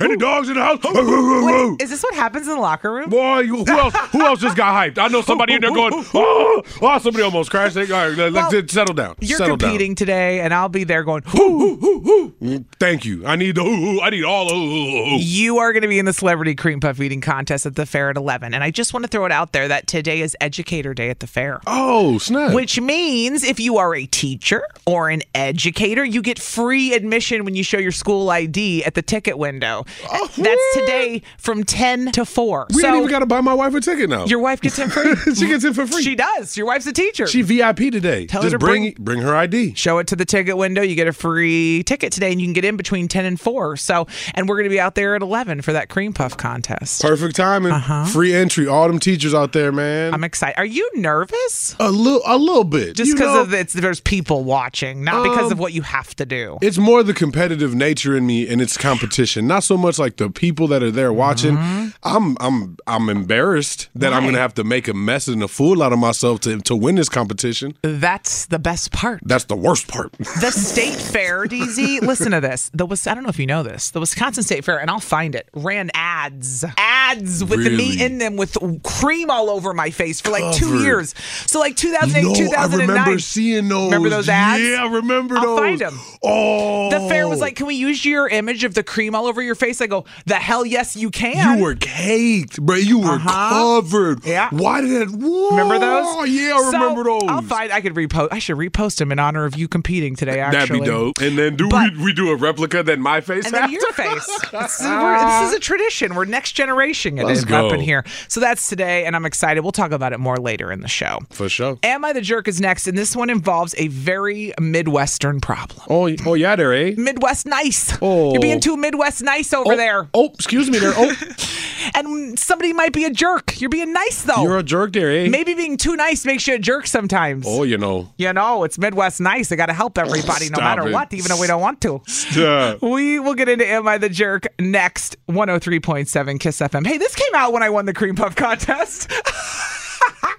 C: Any dogs in the house?
B: Wait, is this what happens in the locker room?
C: Boy, you- who else? Who else just got hyped? I know somebody in there going, oh, oh somebody almost crashed. All right, let, let's
B: Well,
C: just settle down.
B: You're
C: settle
B: competing today, and I'll be there going,
C: Down. Thank you. I need the. Ooh, ooh, I need all the. Ooh, ooh, ooh.
B: You are going to be in the celebrity cream puff eating contest at the fair at 11. And I just want to throw it out there that today is Educator Day at the fair.
C: Oh snap!
B: Which means if you are a teacher or an educator, you get free admission when you show your school ID at the ticket window.
C: Oh,
B: That's
C: what?
B: today from 10 to 4.
C: we
B: so
C: ain't even got to buy my wife a ticket now.
B: your wife gets in free.
C: she gets in for free.
B: She does. Your wife's a teacher.
C: She VIP today.
B: Tell her
C: just
B: to
C: bring, bring her ID.
B: show it to the ticket window. You get a free ticket today and you can get in between 10 and 4. So, and we're going to be out there at 11 for that cream puff contest.
C: Perfect timing. Free entry. All them teachers out there, man.
B: Uh-huh. I'm excited. Are you nervous?
C: a little, a little bit.
B: Just
C: You
B: because
C: know,
B: of it's there's people watching, not because
C: Um,
B: of what you have to do.
C: it's more the competitive nature in me and it's competition not so much like the people that are there watching
B: Mm-hmm.
C: i'm i'm i'm embarrassed that i'm gonna have to make a mess and a fool out of myself to, to win this competition
B: That's the best part.
C: that's the worst part
B: The state fair, DZ. Listen to this. The Wis- I don't know if you know this. The Wisconsin State Fair, and I'll find it. Ran ads, ads with the meat
C: Really?
B: in them, with cream all over my face for like two
C: Covered.
B: years. So like 2008,
C: no, i
B: 2009.
C: remember seeing those
B: Remember those ads?
C: yeah i remember
B: I'll
C: those
B: find 'em.
C: oh
B: The fair was like, "Can we use your image of the cream all over your face?" I go, "The hell yes, you can."
C: you were caked, bro. You were
B: Uh-huh.
C: covered.
B: Yeah.
C: Why did that? Whoa.
B: Remember those?
C: Oh yeah, I
B: So,
C: remember those.
B: I'll find. I could repost. I should repost them in honor of you competing today.
C: That'd
B: Actually,
C: be dope. And then do
B: But-
C: we, we do a replica that my face
B: And then
C: has?
B: your face. This is, we're- this is a tradition. We're next generation it
C: Uh, Let's
B: is up
C: go.
B: in here. So that's today, and I'm excited. We'll talk about it more later in the show.
C: For sure.
B: Am I the Jerk is next, and this one involves solves a very Midwestern problem.
C: Oh, oh yeah, there, eh?
B: Midwest nice.
C: Oh.
B: You're being too Midwest nice over
C: Oh,
B: there.
C: Oh, excuse me there. Oh,
B: And somebody might be a jerk. You're being nice though.
C: you're a jerk there, eh?
B: Maybe being too nice makes you a jerk sometimes.
C: Oh, you know.
B: You know, it's Midwest nice. I got to help everybody no
C: Stop
B: matter
C: it.
B: what, even though we don't want to.
C: Duh.
B: We will get into Am I the Jerk next. 103.7 Kiss FM. Hey, this came out when I won the cream puff contest.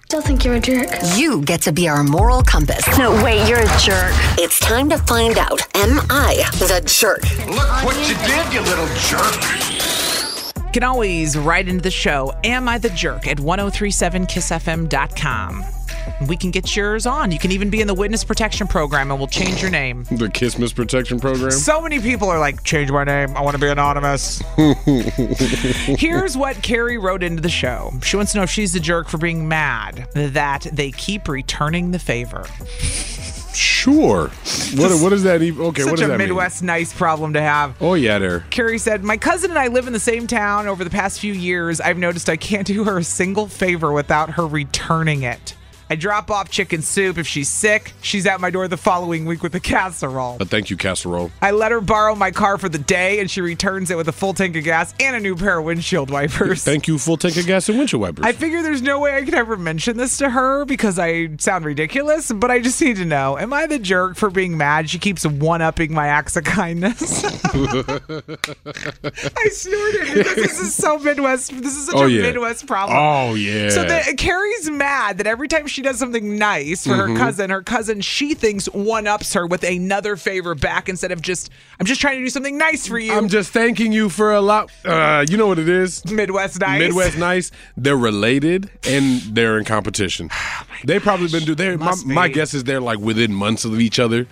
J: Still think you're a jerk.
G: You get to be our moral compass. No, wait, you're a jerk. It's time to find out Am I the jerk?
K: Look what you did, you little jerk.
B: You can always write into the show, Am I the Jerk, at 1037kissfm.com. We can get yours on. You can even be in the witness protection program and we'll change your name.
C: The Kissmas Protection Program.
B: So many people are like, change my name. I want to be anonymous. Here's what Carrie wrote into the show. She wants to know if she's the jerk for being mad that they keep returning the favor.
C: Sure. What, what does that even? Okay,
B: Such
C: what does
B: a
C: that
B: Midwest nice problem to have.
C: mean? Oh, yeah, there.
B: Carrie said, My cousin and I live in the same town. Over the past few years, I've noticed I can't do her a single favor without her returning it. I drop off chicken soup if she's sick. She's at my door the following week with a casserole.
C: But Uh, thank you, casserole.
B: I let her borrow my car for the day, and she returns it with a full tank of gas and a new pair of windshield wipers.
C: Thank you, full tank of gas and windshield wipers.
B: I figure there's no way I could ever mention this to her because I sound ridiculous, but I just need to know Am I the jerk for being mad? She keeps one upping my acts of kindness. I snorted because this is so Midwest. This is such
C: Oh,
B: a
C: yeah.
B: Midwest problem.
C: oh, yeah.
B: So the, Carrie's mad that every time she does something nice for
C: Mm-hmm.
B: her cousin, her cousin she thinks one ups her with another favor back instead of just I'm just trying to do something nice for you.
C: I'm just thanking you for a lot. Uh, you know what it is?
B: Midwest nice.
C: Midwest nice. They're related and they're in competition.
B: Oh
C: they probably been do. They my,
B: Must
C: my
B: be.
C: guess is they're like within months of each other.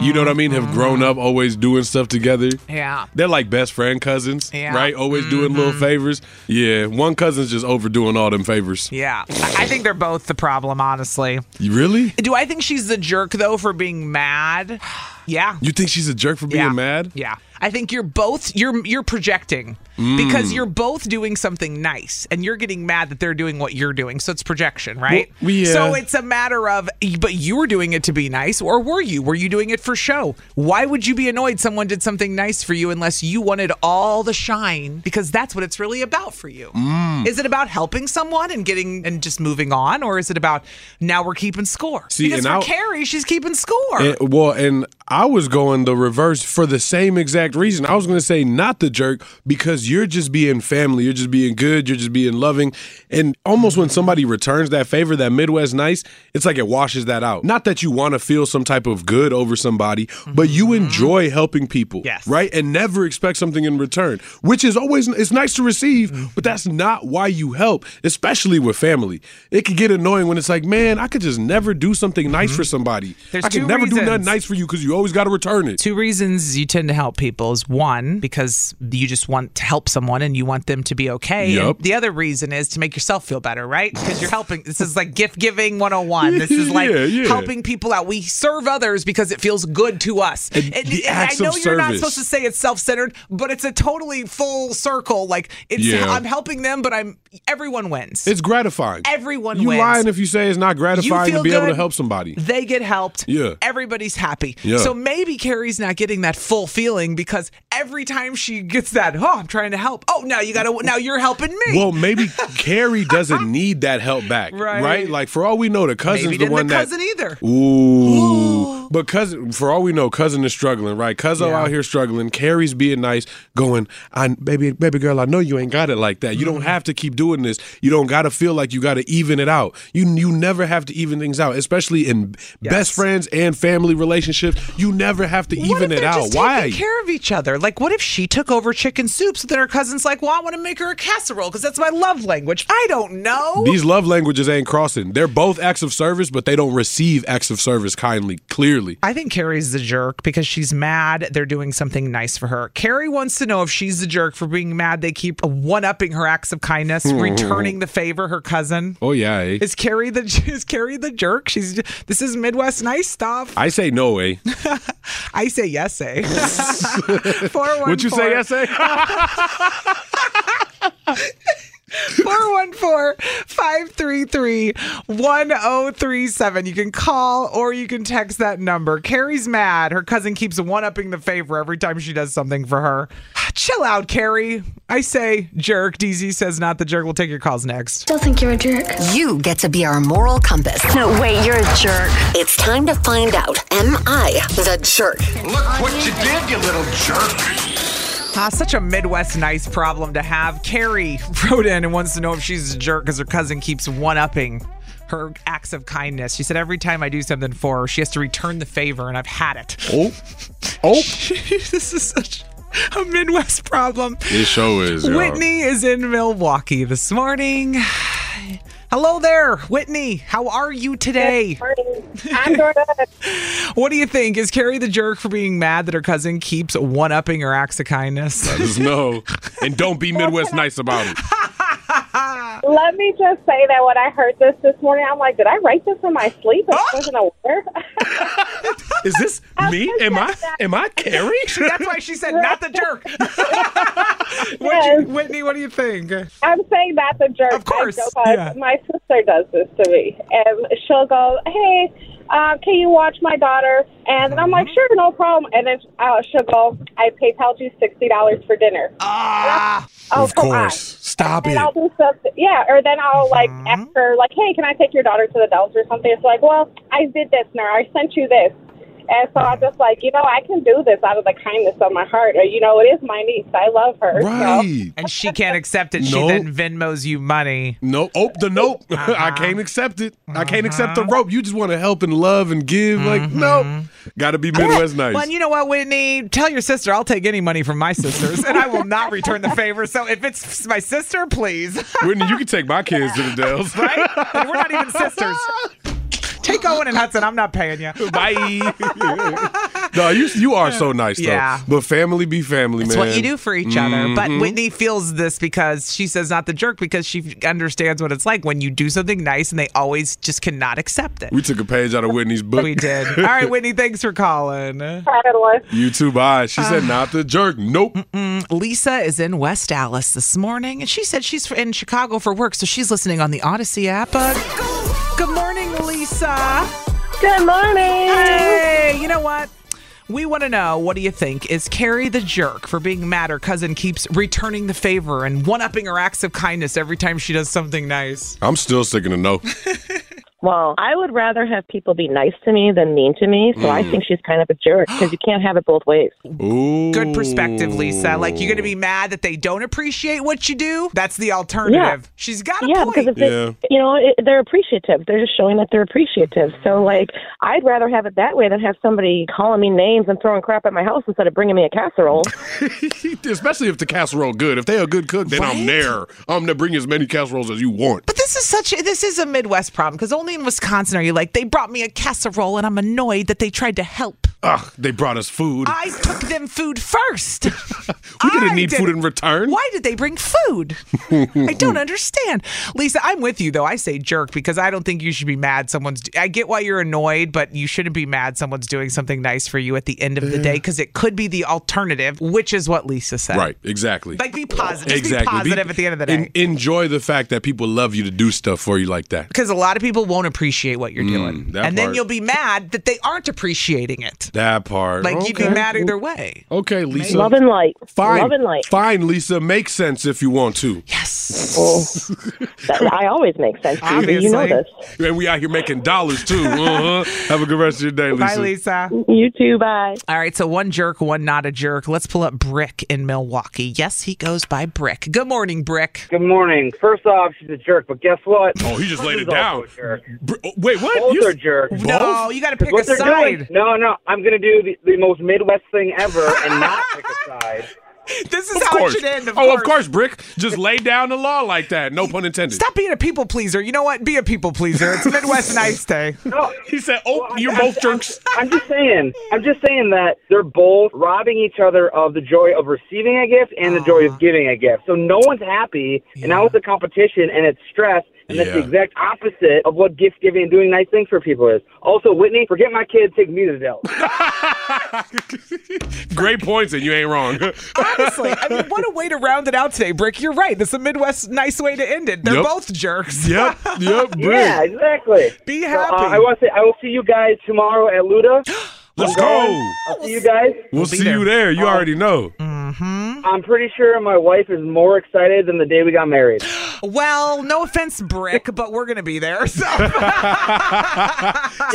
C: You know what I mean?
B: Mm-hmm.
C: Have grown up, always doing stuff together.
B: Yeah.
C: They're like best friend cousins,
B: Yeah.
C: right? Always doing little favors. Yeah, one cousin's just overdoing all them favors.
B: Yeah. I I think they're both the problem, honestly.
C: You really?
B: Do I think she's the jerk though for being mad? Yeah.
C: You think she's a jerk for being
B: yeah.
C: mad?
B: Yeah. I think you're both you're you're projecting
C: Mm.
B: because you're both doing something nice and you're getting mad that they're doing what you're doing. So it's projection, right?
C: Well, yeah.
B: So it's a matter of but you were doing it to be nice or were you? Were you doing it for show? Why would you be annoyed someone did something nice for you unless you wanted all the shine because that's what it's really about for you.
C: Mm.
B: Is it about helping someone and getting and just moving on or is it about now we're keeping score?
C: See,
B: because
C: and
B: for
C: I'll-
B: Carrie, she's keeping score.
C: And- well, and I was going the reverse for the same exact reason. I was going to say not the jerk because you're just being family, you're just being good, you're just being loving, and almost when somebody returns that favor, that Midwest nice, it's like it washes that out. Not that you want to feel some type of good over somebody, but you enjoy helping people,
B: Yes.
C: right? And never expect something in return, which is always it's nice to receive, but that's not why you help, especially with family. It can get annoying when it's like, man, I could just never do something nice for somebody.
B: There's
C: I can
B: two
C: never do nothing
B: reasons.
C: nice for you because you always got to return it.
B: two reasons you tend to help people is one because you just want to help someone and you want them to be okay
C: Yup.
B: and the other reason is to make yourself feel better right because you're helping this is like gift giving 101 this is like
C: Yeah, yeah.
B: helping people out we serve others because it feels good to us
C: And the acts
B: i
C: of
B: know you're not
C: service.
B: supposed to say it's self-centered but it's a totally full circle like it's
C: Yeah.
B: i'm helping them but i'm everyone wins
C: It's gratifying.
B: Everyone
C: you
B: wins.
C: lying if you say it's not gratifying to
B: feel
C: be able to
B: good.
C: help somebody.
B: They get helped.
C: Yeah.
B: Everybody's happy.
C: Yeah.
B: So maybe Carrie's not getting that full feeling because every time she gets that, oh, I'm trying to help. Oh, now you gotta now you're helping me.
C: Well, maybe Carrie doesn't need that help back,
B: Right.
C: right? Like for all we know, the cousin's
B: maybe
C: the
B: didn't
C: one
B: the
C: that.
B: cousin either.
C: Ooh. But cousin, for all we know, cousin is struggling, right? Cousin out here struggling. Carrie's being nice, going, "I, baby, baby girl, I know you ain't got it like that. You don't
B: Mm-hmm.
C: have to keep doing this. You don't got to feel like you got to even it out. You you never have to even things out, especially in best friends and family relationships. You never have to
B: what if
C: even it
B: they're
C: out.
B: just
C: Why?
B: taking care of each other? Like, what if she took over chicken soup so that her cousin's like, "Well, I want to make her a casserole because that's my love language." I don't know.
C: These love languages ain't crossing. They're both acts of service, but they don't receive acts of service kindly, clearly.
B: I think Carrie's the jerk because she's mad they're doing something nice for her. Carrie wants to know if she's the jerk for being mad they keep one upping her acts of kindness, returning the favor her cousin.
C: Oh yeah. eh?
B: Is Carrie the is Carrie the jerk? She's this is Midwest nice stuff.
C: I say no eh? way.
B: I say yes, eh? Four one
C: Would you say yes? eh?
B: 414-533-1037. You can call or you can text that number. Carrie's mad. Her cousin keeps one-upping the favor every time she does something for her. Chill out, Carrie. I say jerk. DZ says not the jerk. We'll take your calls next.
J: Still think you're a jerk.
G: You get to be our moral compass. No, wait, you're a jerk. It's time to find out Am I the jerk?
K: Look what you did, you little jerk.
B: Ah, such a Midwest nice problem to have. Carrie wrote in and wants to know if she's a jerk because her cousin keeps one upping her acts of kindness. She said, Every time I do something for her, she has to return the favor, and I've had it.
C: Oh, oh.
B: this is such a Midwest problem.
C: It sure is. y'all.
B: Whitney is in Milwaukee this morning. Hello there, Whitney. How are you today?
L: I'm good.
B: What do you think? Is Carrie the jerk for being mad that her cousin keeps one upping her acts of kindness?
C: Let us know. And don't be Midwest nice about it.
L: Let me just say that when I heard this this morning, I'm like, did I write this in my sleep? I wasn't aware.
C: Is this me? Am I? Am I Carrie?
B: That's why she said not the jerk. What'd you- Whitney, what do you think?
L: I'm saying that's a jerk. Of
B: course, yeah.
L: My sister does this to me. And she'll go, hey, uh, can you watch my daughter? And I'm like, sure, no problem. And then uh, she'll go, I PayPal you $60 for dinner. Ah,
B: Oh,
C: of course. Stop
L: and
C: it.
L: I'll do something. Yeah, or then I'll like ask her, like, hey, can I take your daughter to the Dells or something? It's like, well, I did this now. I sent you this. And so I'm just like, you know, I can do this out of the kindness of my heart. Or, you know, it is my niece. I love her. so-
B: And she can't accept it. She
C: Nope.
B: then Venmos you money. Uh-huh.
C: Nope. Oh, the nope. I can't accept it. I can't accept the rope. You just want to help and love and give. Like, no. Got to be Midwest nice.
B: Mm-hmm. Well, and you know what, Whitney? Tell your sister I'll take any money from my sisters, and I will not return the favor. So if it's my sister, please.
C: Whitney, you can take my kids to the Dells.
B: right? And we're not even sisters. Take Owen and Hudson. I'm not paying you.
C: Bye. no, you you are so nice though.
B: Yeah.
C: But family be family,
B: Mm-hmm. It's
C: man.
B: what you do for each other. But
C: Mhm.
B: Whitney feels this because she says not the jerk because she understands what it's like when you do something nice and they always just cannot accept it.
C: we took a page out of Whitney's book.
B: We did. All right, Whitney, thanks for calling.
C: You too, bye. She
B: Ah.
C: said, "Not the jerk." Nope.
B: Lisa is in West Dallas this morning, and she said she's in Chicago for work, so she's listening on the Odyssey app. Uh, good morning, Lisa.
L: Good morning.
B: Hey, you know what? We want to know what do you think? Is Carrie the jerk for being mad her cousin keeps returning the favor and one upping her acts of kindness every time she does something nice?
C: I'm still sticking to no.
M: Well, I would rather have people be nice to me than mean to me, so I
C: Mm.
M: think she's kind of a jerk because you can't have it both ways.
C: Ooh.
B: Good perspective, Lisa. Like, you're going to be mad that they don't appreciate what you do? That's the alternative. She's got a
M: yeah,
B: point.
M: because if they, you know, it, they're appreciative. They're just showing that they're appreciative. So, like, I'd rather have it that way than have somebody calling me names and throwing crap at my house instead of bringing me a casserole.
C: Especially if the casserole good. If they a good cook, then I'm there. I'm gonna bring as many casseroles as you want.
B: But this is such a, this is a Midwest problem because only in Wisconsin are you like they brought me a casserole and I'm annoyed that they tried to help.
C: Ugh, they brought us food.
B: I took them food first.
C: we didn't
B: I
C: need
B: did
C: food
B: it.
C: in return.
B: Why did they bring food? I don't understand. Lisa, I'm with you though. I say jerk because I don't think you should be mad someone's I get why you're annoyed, but you shouldn't be mad someone's doing something nice for you at the end of the day because it could be the alternative, which is what Lisa said.
C: Right, exactly.
B: Like be positive. Just
C: exactly.
B: be positive at the end of the day.
C: en- enjoy the fact that people love you to do stuff for you like that. Mm,
B: because a lot of people won't appreciate what you're doing.
C: that
B: and then
C: part.
B: you'll be mad that they aren't appreciating it.
C: That part.
B: Like you'd be
C: Okay.
B: mad either way.
C: Okay, Lisa.
M: Love and light.
C: Fine.
M: Love and light.
C: Fine, Lisa. Make sense if you want to.
B: Yes.
M: Oh, that, I always make sense. to you. You know this.
C: And we out here making dollars too. Uh-huh. Have a good rest of your day, Lisa.
B: Bye, Lisa.
M: You too. Bye.
B: All right. So one jerk, one not a jerk. Let's pull up Brick in Milwaukee. Yes, he goes by Brick. Good morning, Brick.
N: Good morning. First off, she's a jerk, but guess what?
C: Oh, he just laid it
N: This is also
C: down. oh,
N: a jerk.
C: Wait, what?
N: Both
C: You-
N: are jerks.
B: No, Both? you gotta
N: 'Cause
B: pick
N: what
B: a
N: they're
B: side.
N: Doing, no, no, I'm gonna do the, the most Midwest thing ever and not pick a side.
B: This is
C: Of
B: how
C: course.
B: it should end. Of
C: oh,
B: course.
C: of course, Brick. Just lay down the law like that. No pun intended.
B: Stop being a people pleaser. You know what? Be a people pleaser. It's Midwest Nice Day.
C: He said, "Oh, you're both jerks."
N: I'm just saying. I'm just saying that they're both robbing each other of the joy of receiving
C: Ah.
N: a gift and the joy of giving a gift. So no one's happy, and now it's a competition and it's stress. And that's
C: Yeah.
N: the exact opposite of what gift giving and doing nice things for people is. Also, Whitney, forget my kid, take me to Dell.
C: Great points, and you ain't wrong.
B: Honestly, I mean, what a way to round it out today, Brick. You're right. That's a Midwest nice way to end it. They're
C: Yep.
B: both jerks.
C: Yep, yep,
N: yeah, exactly.
B: Be
N: happy.
B: happy.
N: I want to say I will see you guys tomorrow at Luda.
C: Let's
N: I'm going.
C: go.
N: I'll see you guys. Um,
C: We'll see you there.
B: Oh.
C: You already know.
N: I'm pretty sure my wife is more excited than the day we got married.
B: Well, no offense, Brick, but we're gonna be there. So.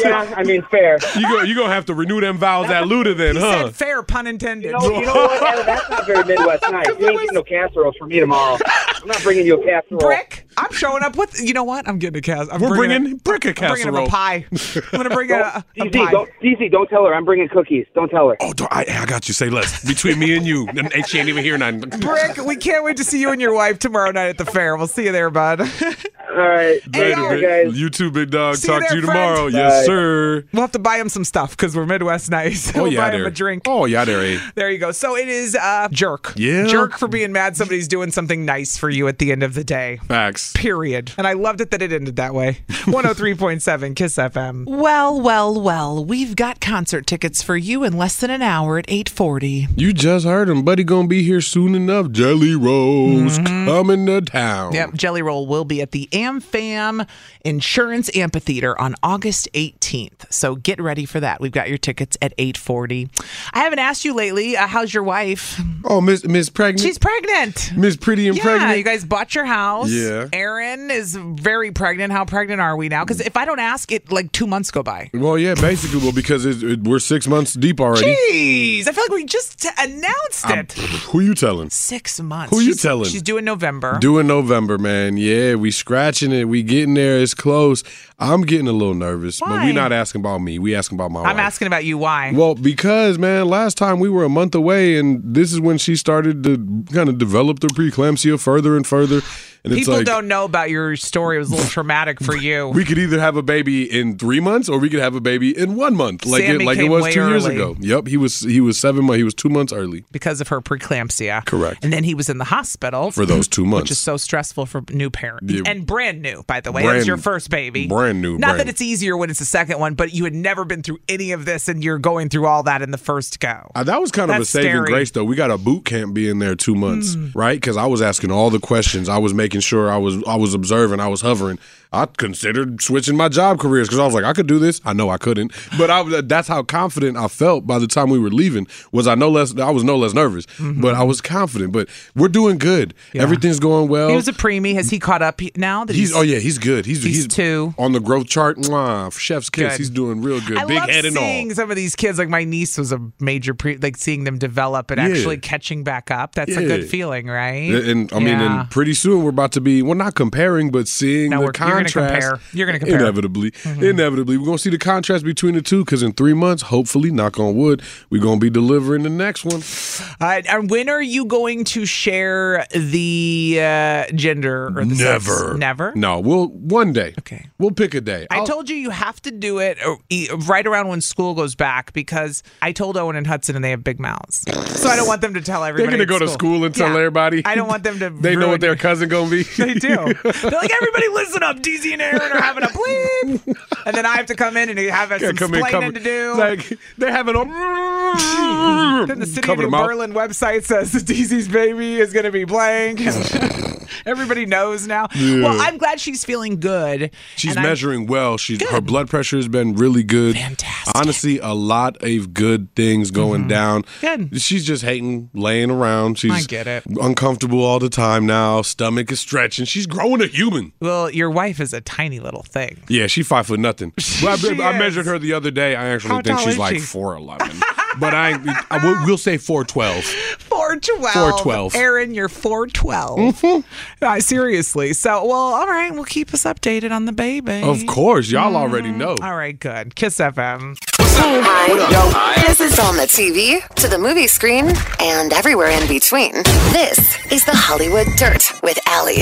N: yeah, I mean, fair.
C: You go. You gonna have to renew them vows at Luda then,
B: He
C: huh?
B: said fair, pun intended.
N: You know, you know what? Adam, that's not very Midwest nice. You ain't getting no casseroles for me tomorrow. I'm not bringing you a casserole.
B: Brick, I'm showing up with. You know what? I'm getting a casserole.
N: We're
C: bringing Brick a
B: I'm bringing
C: casserole.
B: him a pie. I'm gonna bring
N: Don't-
B: a, a
N: DZ,
B: pie.
N: don't, DZ, don't tell her. I'm bringing cookies. Don't tell her.
C: Oh, I, I got you. Say less between me and you. And she ain't even hear nothing.
B: Brick, we can't wait to see you and your wife tomorrow night at the fair. We'll see you there, bud.
N: All right.
C: Later,
B: Hey,
C: big-
B: guys.
C: You too, big dog.
B: See you
C: Talk
B: there,
C: to you
B: friend.
C: tomorrow. Yes, sir.
B: We'll have to buy him some stuff because we're Midwest nice.
C: Oh
B: we'll
C: yeah,
B: buy him
C: there.
B: a drink.
C: Oh yeah, there. eh?
B: There you go. So it is uh, jerk.
C: Yeah.
B: Jerk for being mad somebody's doing something nice for you at the end of the day.
C: Facts.
B: Period. And I loved it that it ended that way. 103.7 Kiss FM. Well, well, well. We've got concert tickets for you in less than an hour at 840.
C: You just heard him, buddy. Gonna be here soon enough. Jelly Rose
B: Mm-hmm.
C: coming to town.
B: Yep, Jelly Roll will be at the AmFam Insurance Amphitheater on August 18th. So get ready for that. We've got your tickets at 8:40. I haven't asked you lately. Uh, how's your wife?
C: Oh, Miss Miss Pregnant.
B: She's pregnant.
C: Miss Pretty and
B: yeah,
C: Pregnant.
B: you guys bought your house.
C: Yeah.
B: Erin is very pregnant. How pregnant are we now? Because if I don't ask, it like two months go by.
C: Well, yeah, basically, well, because it's, it, we're six months deep already.
B: Jeez, I feel like we just t- announced
C: I'm-
B: it.
C: Who you telling?
B: Six months.
C: Who you
B: She's-
C: telling?
B: She's due in November.
C: Doing November, man. Yeah, we scratching it. We getting there. It's close. I'm getting a little nervous, but
B: Why?
C: we not asking about me. We asking about my
B: I'm
C: wife.
B: asking about you. Why?
C: Well, because man, last time we were a month away, and this is when she started to kind of develop the preeclampsia further and further. And it's
B: People
C: like
B: don't know about your story. It was a little traumatic for you.
C: we could either have a baby in three months, or we could have a baby in one month, like
B: Sammy
C: it like it
B: came
C: was
B: way
C: two years
B: early.
C: ago. Yep, he was he was seven months. He was two months early.
B: because of her preeclampsia.
C: Correct.
B: And then he was in the hospital
C: For those two months.
B: which is so stressful for new parents
C: Yeah.
B: and brand new. By the way, that was
C: Brand-
B: your first baby,
C: brand new,
B: Not
C: brand
B: that it's easier when it's the second one, but you had never been through any of this, and you're going through all that in the first go.
C: Uh, that was kind of
B: That's
C: a saving
B: scary. Hmm.
C: grace, though. We got a boot camp being there two months, right? 'Cause right? Because I was asking all the questions. I was making sure I was I was observing. I was hovering. I considered switching my job careers because I was like, I could do this. I know I couldn't, but I, was- that's how confident I felt by the time we were leaving. Was I no less? I was no less nervous,
B: Mm-hmm.
C: but I was confident. But we're doing good. Everything's going well.
B: He was a preemie. Has he caught up now? That
C: He's, oh yeah, he's good. He's
B: he's
C: he's,
B: two.
C: on the growth chart. Mwah, chef's kiss.
B: Good.
C: He's doing real good.
B: I
C: Big
B: love
C: head and all.
B: seeing some of these kids. Like my niece was a major pre, like seeing them develop and
C: Yeah.
B: actually catching back up. That's a
C: Yeah.
B: good feeling, right?
C: And- And I mean,
B: Yeah.
C: and pretty soon we're about to be well, not comparing, but seeing
B: No,
C: the
B: we're- you're gonna
C: contrast.
B: compare. You're gonna compare. Mm-hmm.
C: inevitably, inevitably, we're gonna see the contrast between the two. Because in three months, hopefully, knock on wood, we're gonna be delivering the next one.
B: All right, Uh, and when are you going to share the uh, gender or the sex?
C: Never,
B: Never.
C: No, we'll one day. Okay, we'll pick a day.
B: I
C: I'll-
B: told you you have to do it uh, e- right around when school goes back because I told Owen and Hudson and they have big mouths, so I don't want them to tell
C: They're
B: everybody.
C: gonna
B: at
C: go to school and tell
B: Yeah.
C: everybody.
B: I don't want them to.
C: they know
B: ruin
C: what their cousin gonna be.
B: They do. They're like, everybody, listen up. DZ and Aaron are having a bleep, and then I have to come in and have
C: Yeah,
B: some
C: come in,
B: explaining
C: cover-
B: to do.
C: Like they're having a.
B: then the city
C: cover the
B: of New
C: mouth.
B: Berlin website says that DZ's baby is going to be blank. Everybody knows now.
C: Yeah.
B: Well, I'm glad she's feeling good.
C: She's
B: and I'm-
C: measuring well. She's her blood pressure has been really good.
B: Fantastic. Mm-hmm.
C: Honestly, a lot of good things going down.
B: Good.
C: She's just hating laying around. She's
B: get it.
C: uncomfortable all the time now. Stomach is stretching. She's growing a human.
B: Well, your wife is a tiny little thing.
C: Yeah, she five foot nothing. Well,
B: She
C: I, I
B: is.
C: measured her the other day. I actually
B: How
C: think
B: tall
C: she's
B: is
C: like
B: she?
C: four eleven. but I, I will, we'll say four twelve.
B: 412.
C: 412.
B: Aaron, you're
C: Mm.
B: 412.
C: Mm-hmm.
B: Uh, seriously. So, well, all right. We'll keep us updated on the baby. Mm-hmm.
C: Of course, y'all already know.
B: All right, good. Kiss FM.
G: Hey, hi. This is on the TV, to the movie screen, and everywhere in between. This is the Hollywood Dirt with Allie.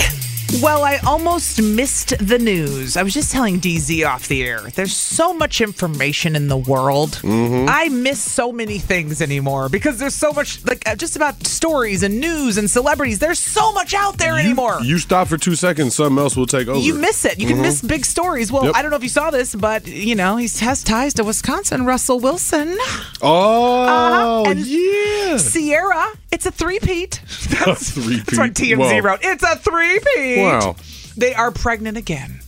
B: Well, I almost missed the news. I was just telling DZ off the air. There's so much information in the world.
C: Mm-hmm.
B: I miss so many things anymore because there's so much, like, uh, just about stories and news and celebrities. There's so much out there anymore.
C: You stop for two seconds, something else will take over.
B: You miss it. You can
C: Mhm.
B: miss big stories. Well,
C: Yep.
B: I don't know if you saw this, but you know he has ties to Wisconsin. Russell Wilson. Uh-huh.
C: Oh,
B: and yeah. Sierra. It's a three-peat.
C: that's,
B: That's what TMZ wrote. It's a three-peat.
C: Wow.
B: They are pregnant again.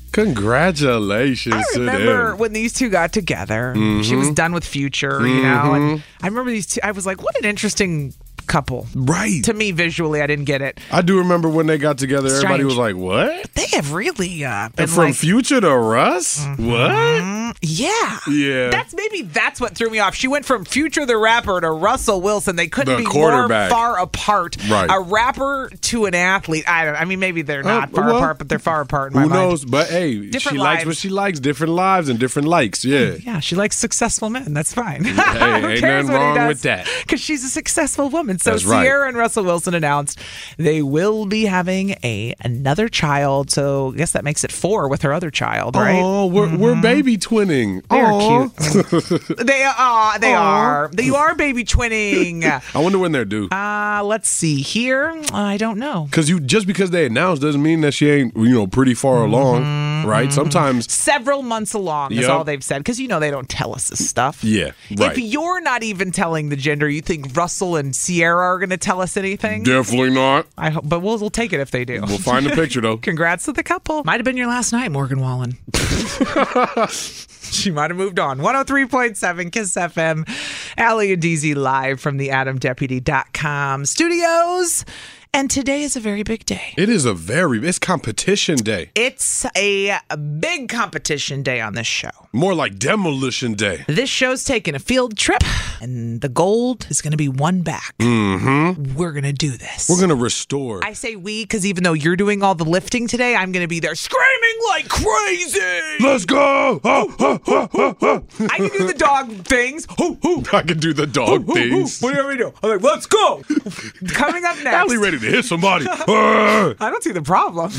C: Congratulations
B: I
C: to
B: remember
C: them.
B: when these two got together. She was
C: Mhm.
B: done with Future, you know.
C: Mhm.
B: And I remember these two. I was like, what an interesting couple.
C: Right.
B: To me, visually, I didn't get it.
C: I do remember when they got together, everybody
B: Strange.
C: was like, what?
B: They have really uh, been
C: And from
B: like, Mm-hmm.
C: Future to Russ? What?
B: yeah.
C: Yeah.
B: That's maybe that's what threw me off. She went from Future the rapper to Russell Wilson. They couldn't
C: The
B: be
C: quarterback.
B: more far apart.
C: Right. Uh,
B: A rapper to an athlete. I don't. I mean, maybe they're not far
C: well,
B: apart, but they're far apart in my
C: Who
B: mind.
C: knows? But hey,
B: Different
C: she likes what
B: lives. Mm-hmm.
C: she likes, different lives and different likes. Yeah.
B: Yeah, she likes successful men. That's fine.
C: Hey,
B: Who
C: ain't
B: cares
C: nothing
B: what he
C: wrong
B: does?
C: with that.
B: Because she's a successful woman. So
C: That's right.
B: Sierra and Russell Wilson announced they will be having a another child. So I guess that makes it four with her other child, right? Mm-hmm.
C: Oh, we're, we're baby twinning.
B: They are Mm-hmm.
C: Aw.
B: They are. They
C: Aw.
B: are. They are baby twinning.
C: I wonder when they're due.
B: Uh, let's see here. I don't know.
C: Because you just because they announced doesn't mean that she ain't you know pretty far
B: Mm-hmm.
C: along, right? Sometimes,
B: Several months along is
C: Yep.
B: all they've said because you know they don't tell us this stuff.
C: yeah, right.
B: If you're not even telling the gender, you think Russell and Sierra are going to tell us anything?
C: Definitely not.
B: I hope, but we'll, we'll take it if they do.
C: We'll find a picture though.
B: Congrats to the couple. Might have been your last night, Morgan Wallen. she might have moved on. 103.7 Kiss FM. Allie and DZ live from the AdamDeputy.com studios. And today is a very big day.
C: It is a very it's competition day,
B: It's a big competition day on this show.
C: more like demolition day.
B: This show's taking a field trip, and the gold is going to be one back.
C: Mm-hmm.
B: We're gonna do this.
C: We're gonna restore.
B: I say we because even though you're doing all the lifting today, I'm going to be there screaming like crazy.
C: Let's go! Oh, oh, oh, oh, oh.
B: I can do the dog things. Hoo, hoo.
C: I can do the dog
B: Hoo, hoo, hoo.
C: things.
B: What do you want me to do? I'm like, let's go. Coming up next.
C: Allie ready to hit somebody.
B: I don't see the problem.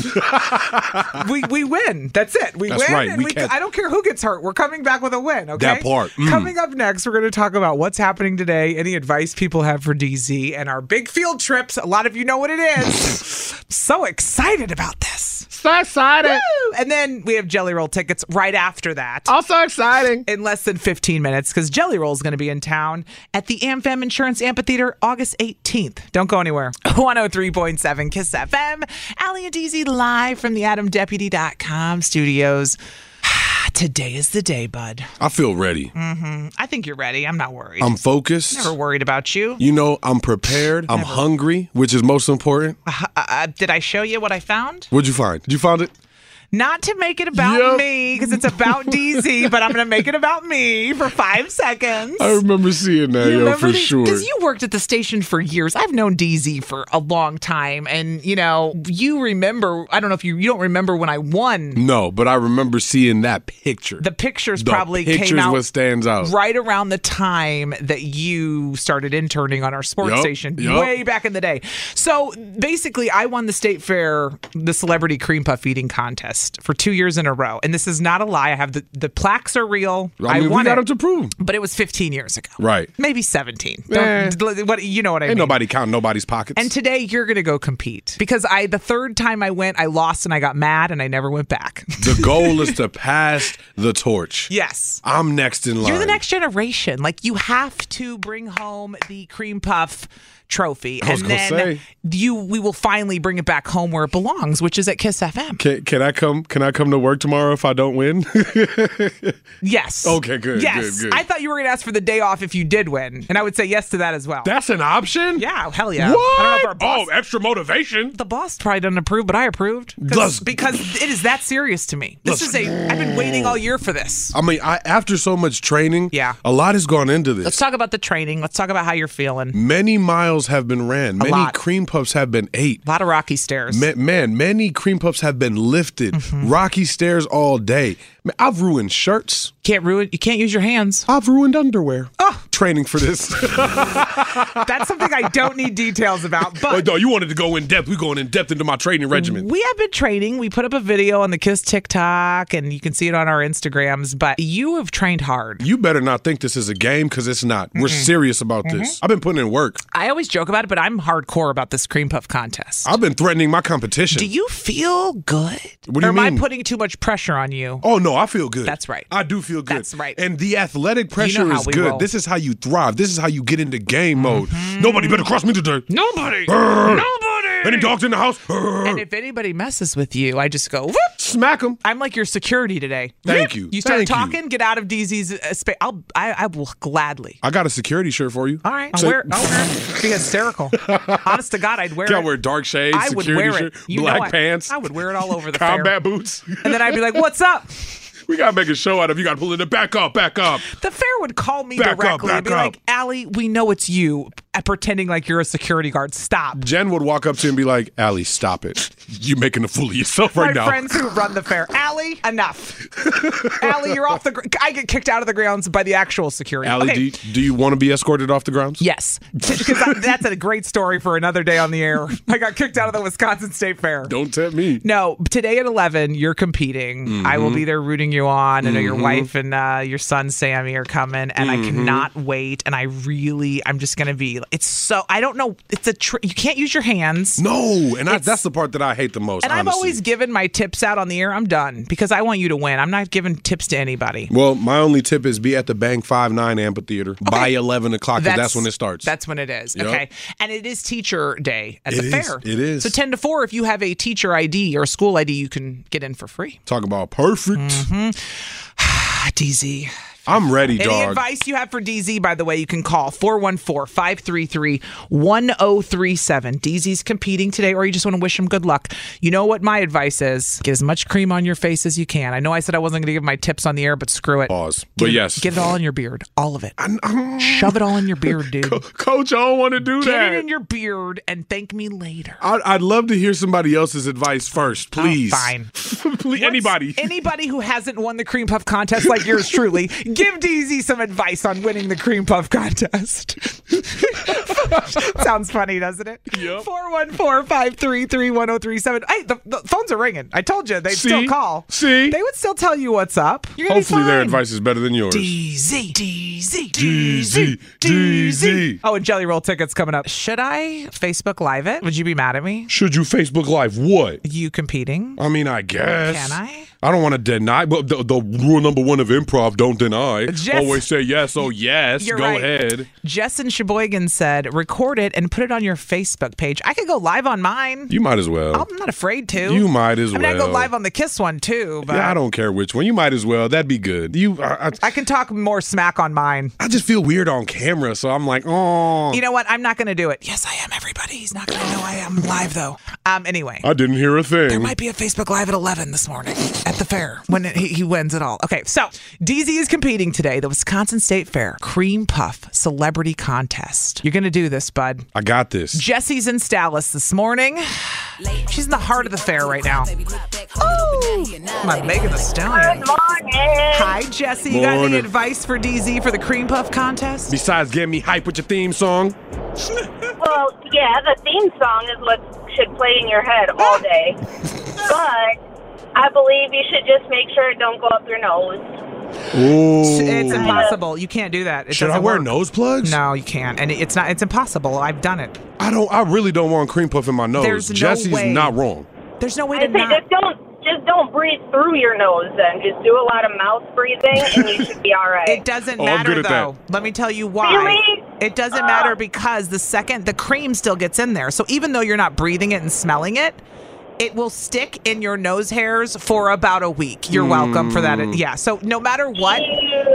B: we we win. That's it. We
C: That's
B: win.
C: right.
B: And
C: We
B: we,
C: can't-
B: I don't care who gets hurt. We're coming back with a win. Okay.
C: That part. Mm.
B: Coming up next, we're going to talk about what's happening today, any advice people have for DZ, and our big field trips. A lot of you know what it is. so excited about this.
O: So excited.
B: And then we have Jelly Roll tickets right after that.
O: Also exciting.
B: In less than 15 minutes, because Jelly Roll is going to be in town at the AmFam Insurance Amphitheater August 18th. Don't go anywhere. 103.7 Kiss FM. Ali and DZ live from the AdamDeputy.com studios. Today is the day, bud.
C: I feel ready.
B: hmm I think you're ready. I'm not worried.
C: I'm focused.
B: Never worried about you.
C: You know, I'm prepared. I'm hungry, which is most important.
B: Uh, uh, did I show you what I found?
C: What'd you find? Did you find it?
B: Not to make it about
C: Yep.
B: me, because it's about DZ, but I'm going to make it about me for five seconds.
C: I remember seeing that, yo, for sure.
B: Because you worked at the station for years. I've known DZ for a long time, and you know, you remember. I don't know if you you don't remember when I won.
C: no, but I remember seeing that picture. The
B: pictures probably came
C: pictures
B: out
C: what stands out.
B: Right around the time that you started interning on our sports
C: Yup,
B: station,
C: yup.
B: way back in the day. So basically, I won the state fair, the celebrity cream puff eating contest for two years in a row. And this is not a lie. I have the, the plaques are real.
C: I mean, we
B: won
C: got
B: it,
C: them to prove.
B: But it was 15 years ago.
C: Right.
B: Maybe 17.
C: Eh.
B: Don't- what, you know what I
C: Ain't
B: mean.
C: nobody counting nobody's pockets.
B: And today you're gonna go compete because I the third time I went I lost and I got mad and I never went back.
C: the goal is to pass the torch.
B: Yes.
C: I'm next in line.
B: You're the next generation. Like you have to bring home the cream puff trophy,
C: I was
B: and
C: gonna
B: then
C: say.
B: you we will finally bring it back home where it belongs, which is at Kiss FM.
C: Can, can I come? Can I come to work tomorrow if I don't win?
B: Yes.
C: Okay, good,
B: Yes.
C: good, good.
B: I thought you were gonna ask for the day off if you did win, and I would say yes to that as well.
C: That's an option.
B: Yeah. Hell yeah. I don't know if our
C: What?
B: boss
C: oh, extra motivation.
B: The boss probably doesn't approve, but I approved 'Cause-
C: Let's-
B: because it is that serious to me. This is a I've been waiting all year for this.
C: I mean, I, after so much training, yeah, a lot has gone into this.
B: Let's talk about the training. Let's talk about how you're feeling.
C: Many miles have been ran. many
B: lot.
C: cream puffs have been ate. A
B: lot of rocky stairs. Mm-hmm.
C: Man, many cream puffs have been lifted. Rocky stairs all day. Man, I've ruined shirts.
B: Can't ruin. You can't use your hands. Oh.
C: I've ruined underwear. Training for this.
B: That's something I don't need details about. But
C: Wait, Oh, no, you wanted to go in depth. We going in depth into my training regimen.
B: We have been training. We put up a video on the Kiss TikTok, and you can see it on our Instagrams. But you have trained hard.
C: You better not think this is a game because it's not. We're
B: Mm-mm.
C: serious about
B: Mhm.
C: this. I've been putting in work.
B: I always joke about it, but I'm hardcore about this cream puff contest.
C: I've been threatening my competition.
B: Do you feel good?
C: What do
B: or
C: you
B: Am I
C: mean?
B: putting too much pressure on you?
C: Oh no, I feel good.
B: That's right.
C: I do feel good.
B: That's right.
C: And the athletic pressure
B: how
C: is
B: we
C: good.
B: roll. Mm-hmm.
C: This is how you thrive. This is how you get into game mode. Nobody better cross me today.
B: Nobody.
C: Nobody. Any dogs in the house? Brrr.
B: And if anybody messes with you, I just go whoop,
C: smack them.
B: I'm like your security today.
C: Thank
B: Whoop.
C: you.
B: You start
C: Thank you.
B: talking, get out of DZ's uh, space. I'll, I, I will gladly.
C: I got a security shirt for you.
B: All right, I'll
C: So-
B: wear. I'll wear it. Be hysterical. Honest to God, I'd wear
C: Gotta
B: it.
C: wear dark shades,
B: I would
C: security
B: wear it.
C: shirt,
B: You know
C: black
B: I-
C: pants.
B: I would wear it all over the fair.
C: combat boots.
B: And then I'd be like, "What's up?"
C: We gotta make a show out of. You gotta pull it in. Back up, back up.
B: The fair would call me
C: Back up,
B: directly
C: back
B: and be like, "Allie, we know it's you uh, pretending like you're a security guard. Stop."
C: Jen would walk up to him and be like, "Allie, stop it. You making a fool of yourself right
B: My
C: now."
B: friends who run the fair, Allie, enough. Allie, you're off the. Gr- I get kicked out of the grounds by the actual security.
C: Allie,
B: Okay.
C: do you, do you want to be escorted off the grounds?
B: Yes, because that's a great story for another day on the air. I got kicked out of the Wisconsin State Fair.
C: Don't tempt me.
B: No, today at 11, you're competing. I will
C: Mhm.
B: be there rooting you on. I know your
C: Mhm.
B: wife and uh, your son, Sammy, are coming, and I
C: Mm-hmm.
B: cannot wait. And I really, I'm just going to be, it's so, I don't know. It's a, tr- you can't use your hands.
C: No, and I,
B: It's-
C: that's the part that I hate the most.
B: And I'm
C: honestly.
B: always giving my tips out on the air. I'm done because I want you to win. I'm not giving tips to anybody.
C: Well, my only tip is be at the Bang Five Nine Amphitheater by eleven o'clock. Ah, 'cause That's, when it starts.
B: That's when it is.
C: Yep.
B: Okay. And it is teacher day at the
C: It is.
B: fair.
C: It is.
B: So 10 to 4, if you have a teacher ID or a school ID, you can get in for free.
C: Talk about perfect.
B: DZ.
C: I'm ready,
B: Mm-hmm. Any
C: dog.
B: advice you have for DZ, by the way, you can call 414 533 1037. DZ's competing today, or you just want to wish him good luck. You know what my advice is get as much cream on your face as you can. I know I said I wasn't going to give my tips on the air, but screw it.
C: Pause.
B: Get
C: But
B: it-
C: yes.
B: Get it all in your beard. All of it. Shove it all in your beard, dude.
C: Coach, I don't want to do
B: Get
C: that.
B: it in your beard and thank me later.
C: I'd, I'd love to hear somebody else's advice first, please.
B: Oh, fine.
C: please anybody.
B: Anybody who hasn't won the cream puff contest like yours truly, give DZ some advice on winning the cream puff contest. Sounds funny, doesn't it?
C: Yep.
B: 414-533-1037. Hey, the, the phones are ringing. I told you they'd still
C: See?
B: call.
C: See?
B: They would still tell you what's up. You're gonna be
C: Hopefully, their
B: fine.
C: advice is better than yours.
B: DZ, DZ,
C: DZ, DZ.
B: Oh, and Jelly Roll tickets coming up. Should I Facebook Live it? Would you be mad at me?
C: Should you Facebook Live what?
B: You competing?
C: I mean, I guess.
B: Can I?
C: I don't want to deny, but the, the rule number one of improv: don't deny.
B: Yes.
C: Always say yes. Oh yes,
B: You're
C: go
B: right.
C: ahead.
B: Justin Sheboygan said, record it and put it on your Facebook page. I could go live on mine.
C: You might as well.
B: I'm not afraid to.
C: You might as
B: I mean, I go
C: well.
B: live on the Kiss one too, but
C: yeah, I don't care which one. You might as well. That'd be good. You, I, I,
B: I can talk more smack on mine.
C: I just feel weird on camera, so I'm like, oh.
B: You know what? I'm not going to do it. Yes, I am, everybody. He's not going to know I am live, though. Um. Anyway,
C: I didn't hear a thing.
B: there might be a Facebook Live at 11 this morning at the fair when it, he, he wins it all. Okay, so DZ is competing today, the Wisconsin State Fair Cream Puff Celebrity Contest. You're going to do this, bud.
C: I got this.
B: Jesse's in Dallas this morning. She's in the heart of the fair right now. Oh, my Megan the Stallion. Good morning. Hi, Jesse. You got any
C: Morning.
B: advice for DZ for the cream puff contest?
C: Besides getting me hype with your theme song,
O: Well, yeah, the theme song is what should play in your head all day. but I believe you should just make sure it don't go up your nose.
C: Ooh.
B: It's impossible. You can't do that. It
C: should I
B: doesn't
C: wear
B: work.
C: nose plugs?
B: No, you can't. And it's not. It's impossible. I've done it.
C: I don't. I really don't want cream puff in my nose.
B: There's no
C: Jesse's
B: way.
C: not wrong.
B: There's no way
O: I
B: to
O: say
B: not.
O: just don't just don't breathe through your nose then. Just do a lot of mouth breathing and you should be all right.
B: It doesn't
C: Oh, I'm
B: matter
C: good at
B: though. Let me tell you why.
O: Really?
B: It doesn't matter because the second the cream still gets in there. So even though you're not breathing it and smelling it, it will stick in your nose hairs for about a week. You're welcome for
C: Mm.
B: that. Yeah. So no matter what,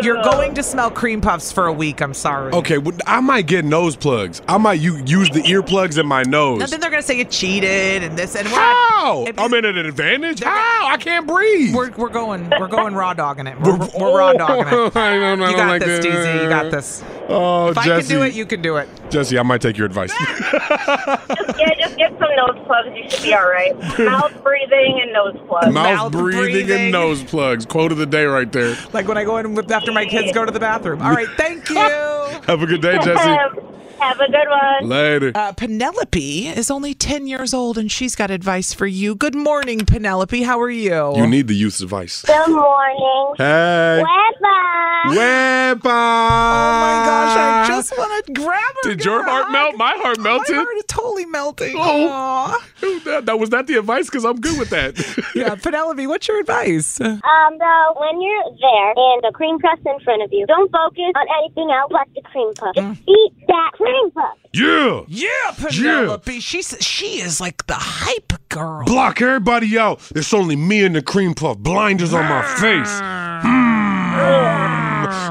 B: you're going to smell cream puffs for a week. I'm sorry.
C: Okay, well, I might get nose plugs. I might u- use the earplugs in my
B: Now
C: nose.
B: then they're gonna say you cheated and this and we're not-
C: How?
B: If-
C: I'm in an advantage.
B: They're-
C: How? I can't breathe.
B: we're, we're going we're going raw dogging it. We're, we're, raw dogging it.
C: I don't know, I don't
B: You got
C: like
B: this,
C: that.
B: DZ. You got this.
C: Oh,
B: If I can
C: Jesse.
B: do it, you can do it.
C: Jesse, I might take your advice.
O: Yeah, just get some nose plugs, you should be all right. mouth breathing and nose plugs.
C: mouth, breathing,
B: breathing.
C: and nose plugs. Quote of the day, right there.
B: Like when I go in with, after my kids go to the bathroom. All right, thank you.
C: Have a good day, Jesse.
O: Have a good one.
C: Later.
B: Uh, Penelope is only 10 years old and she's got advice for you. Good morning, Penelope. How are you?
C: You need the youth's advice.
P: Good morning.
C: Hey.
P: Wepa.
C: Wepa. Oh my
B: gosh, I just want to grab her.
C: Ah. Did your heart melt? My heart melted.
B: My heart is totally melting.
C: Oh. That, that- was that the advice? Because I'm good with that.
B: yeah, Penelope, what's your advice?
P: Um, so when you're there and the cream puff's in front of you, don't focus on anything else but the cream puff. Just eat that cream puff.
C: yeah.
B: Yeah, Penelope. She's she is like the hype girl.
C: Block everybody out. It's only me and the cream puff. Blinders on my
B: Ah.
C: face.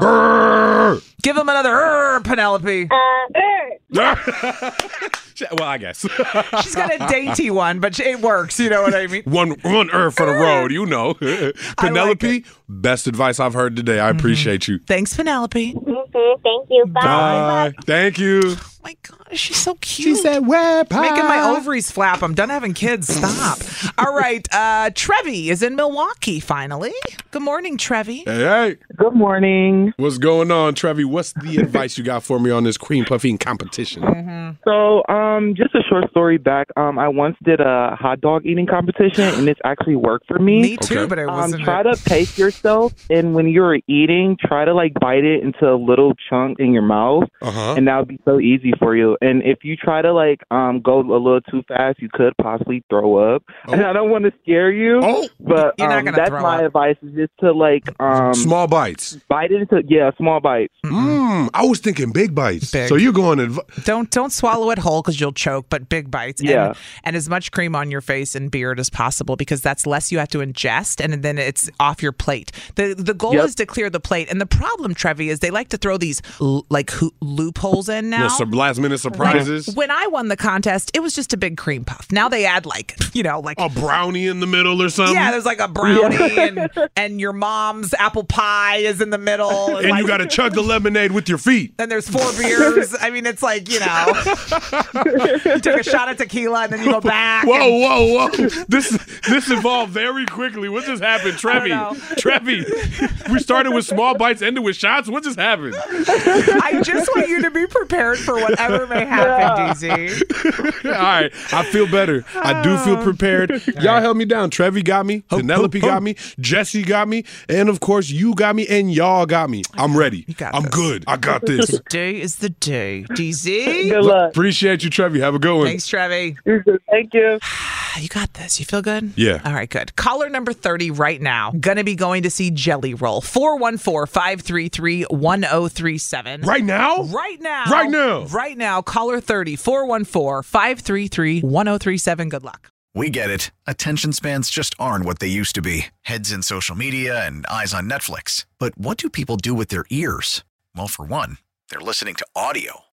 C: Mm. Brr.
B: Give him another "Err," Penelope.
C: Uh, er. well, I guess.
B: She's got a dainty one, but it works. You know what I mean?
C: One one er for the road, you know. Penelope, best advice I've heard today.
B: Mm-hmm.
C: I appreciate you.
B: Thanks, Penelope.
P: Mm-hmm. Thank you. Bye.
C: Bye. Thank you.
B: She's so cute. She
C: said, "Web
B: Making my ovaries flap. I'm done having kids. Stop. All right. Uh, Trevi is in Milwaukee. Finally. Good morning, Trevi.
C: Hey, hey.
Q: Good morning.
C: What's going on, Trevi? What's the advice you got for me on this cream puffing competition?
B: Mm-hmm.
Q: So, um, just a short story back. Um, I once did a hot dog eating competition, and this actually worked for me.
B: Me too, Okay. but I wasn't
Q: Um, try to pace yourself, and when you're eating, try to like bite it into a little chunk in your mouth,
C: uh-huh.
Q: and that would be so easy for you. And if you try to like um go a little too fast, you could possibly throw up.
C: Oh.
Q: And I don't want to scare you, but
C: You're not
Q: um,
C: gonna
Q: that's
C: throw
Q: my advice is just to like um
C: Small bites.
Q: Bite it into yeah, small bites.
C: Mm, I was thinking big bites. So you going adv-
B: Don't don't swallow it whole because you'll choke, but big bites.
C: Yeah.
B: And, and as much cream on your face and beard as possible because that's less you have to ingest and then it's off your plate. The the goal
C: Yep.
B: is to clear the plate. And the problem, Trevi, is they like to throw these l- like ho- loopholes in now.
C: Little sur- last minute surprises.
B: Like, when I won the contest, it was just a big cream puff. Now they add like you know like
C: a brownie in the middle or something.
B: Yeah, there's like a brownie and and your mom's apple pie is in the middle.
C: and you
B: like-
C: got to chug the lemonade with your feet.
B: Then there's four beers. I mean, it's like you know, you took a shot of tequila and then you go back.
C: Whoa,
B: and-
C: whoa, whoa! This this evolved very quickly. What just happened, Trevi? Trevi, we started with small bites, ended with shots. What just happened?
B: I just want you to be prepared for whatever may happen, DZ.
C: All right, I feel better. I do
B: Uh.
C: feel prepared. Y'all held me down. Trevi got me. Penelope got me. Jesse got me, and of course you got me, and y'all got me. I'm ready. I'm good. I got this.
B: Today is the day, DZ.
C: Appreciate you, Trevi. Have a good one.
B: Thanks, Trevi.
Q: Thank you.
B: You got this. You feel good?
C: Yeah.
B: All right, good. Caller number 30 right now. Gonna be going to see Jelly Roll. 414 533 1037.
C: Right now?
B: Right now.
C: Right now.
B: Right now. Caller 30 414 533 1037. Good luck.
A: We get it. Attention spans just aren't what they used to be heads in social media and eyes on Netflix. But what do people do with their ears? Well, for one, they're listening to audio.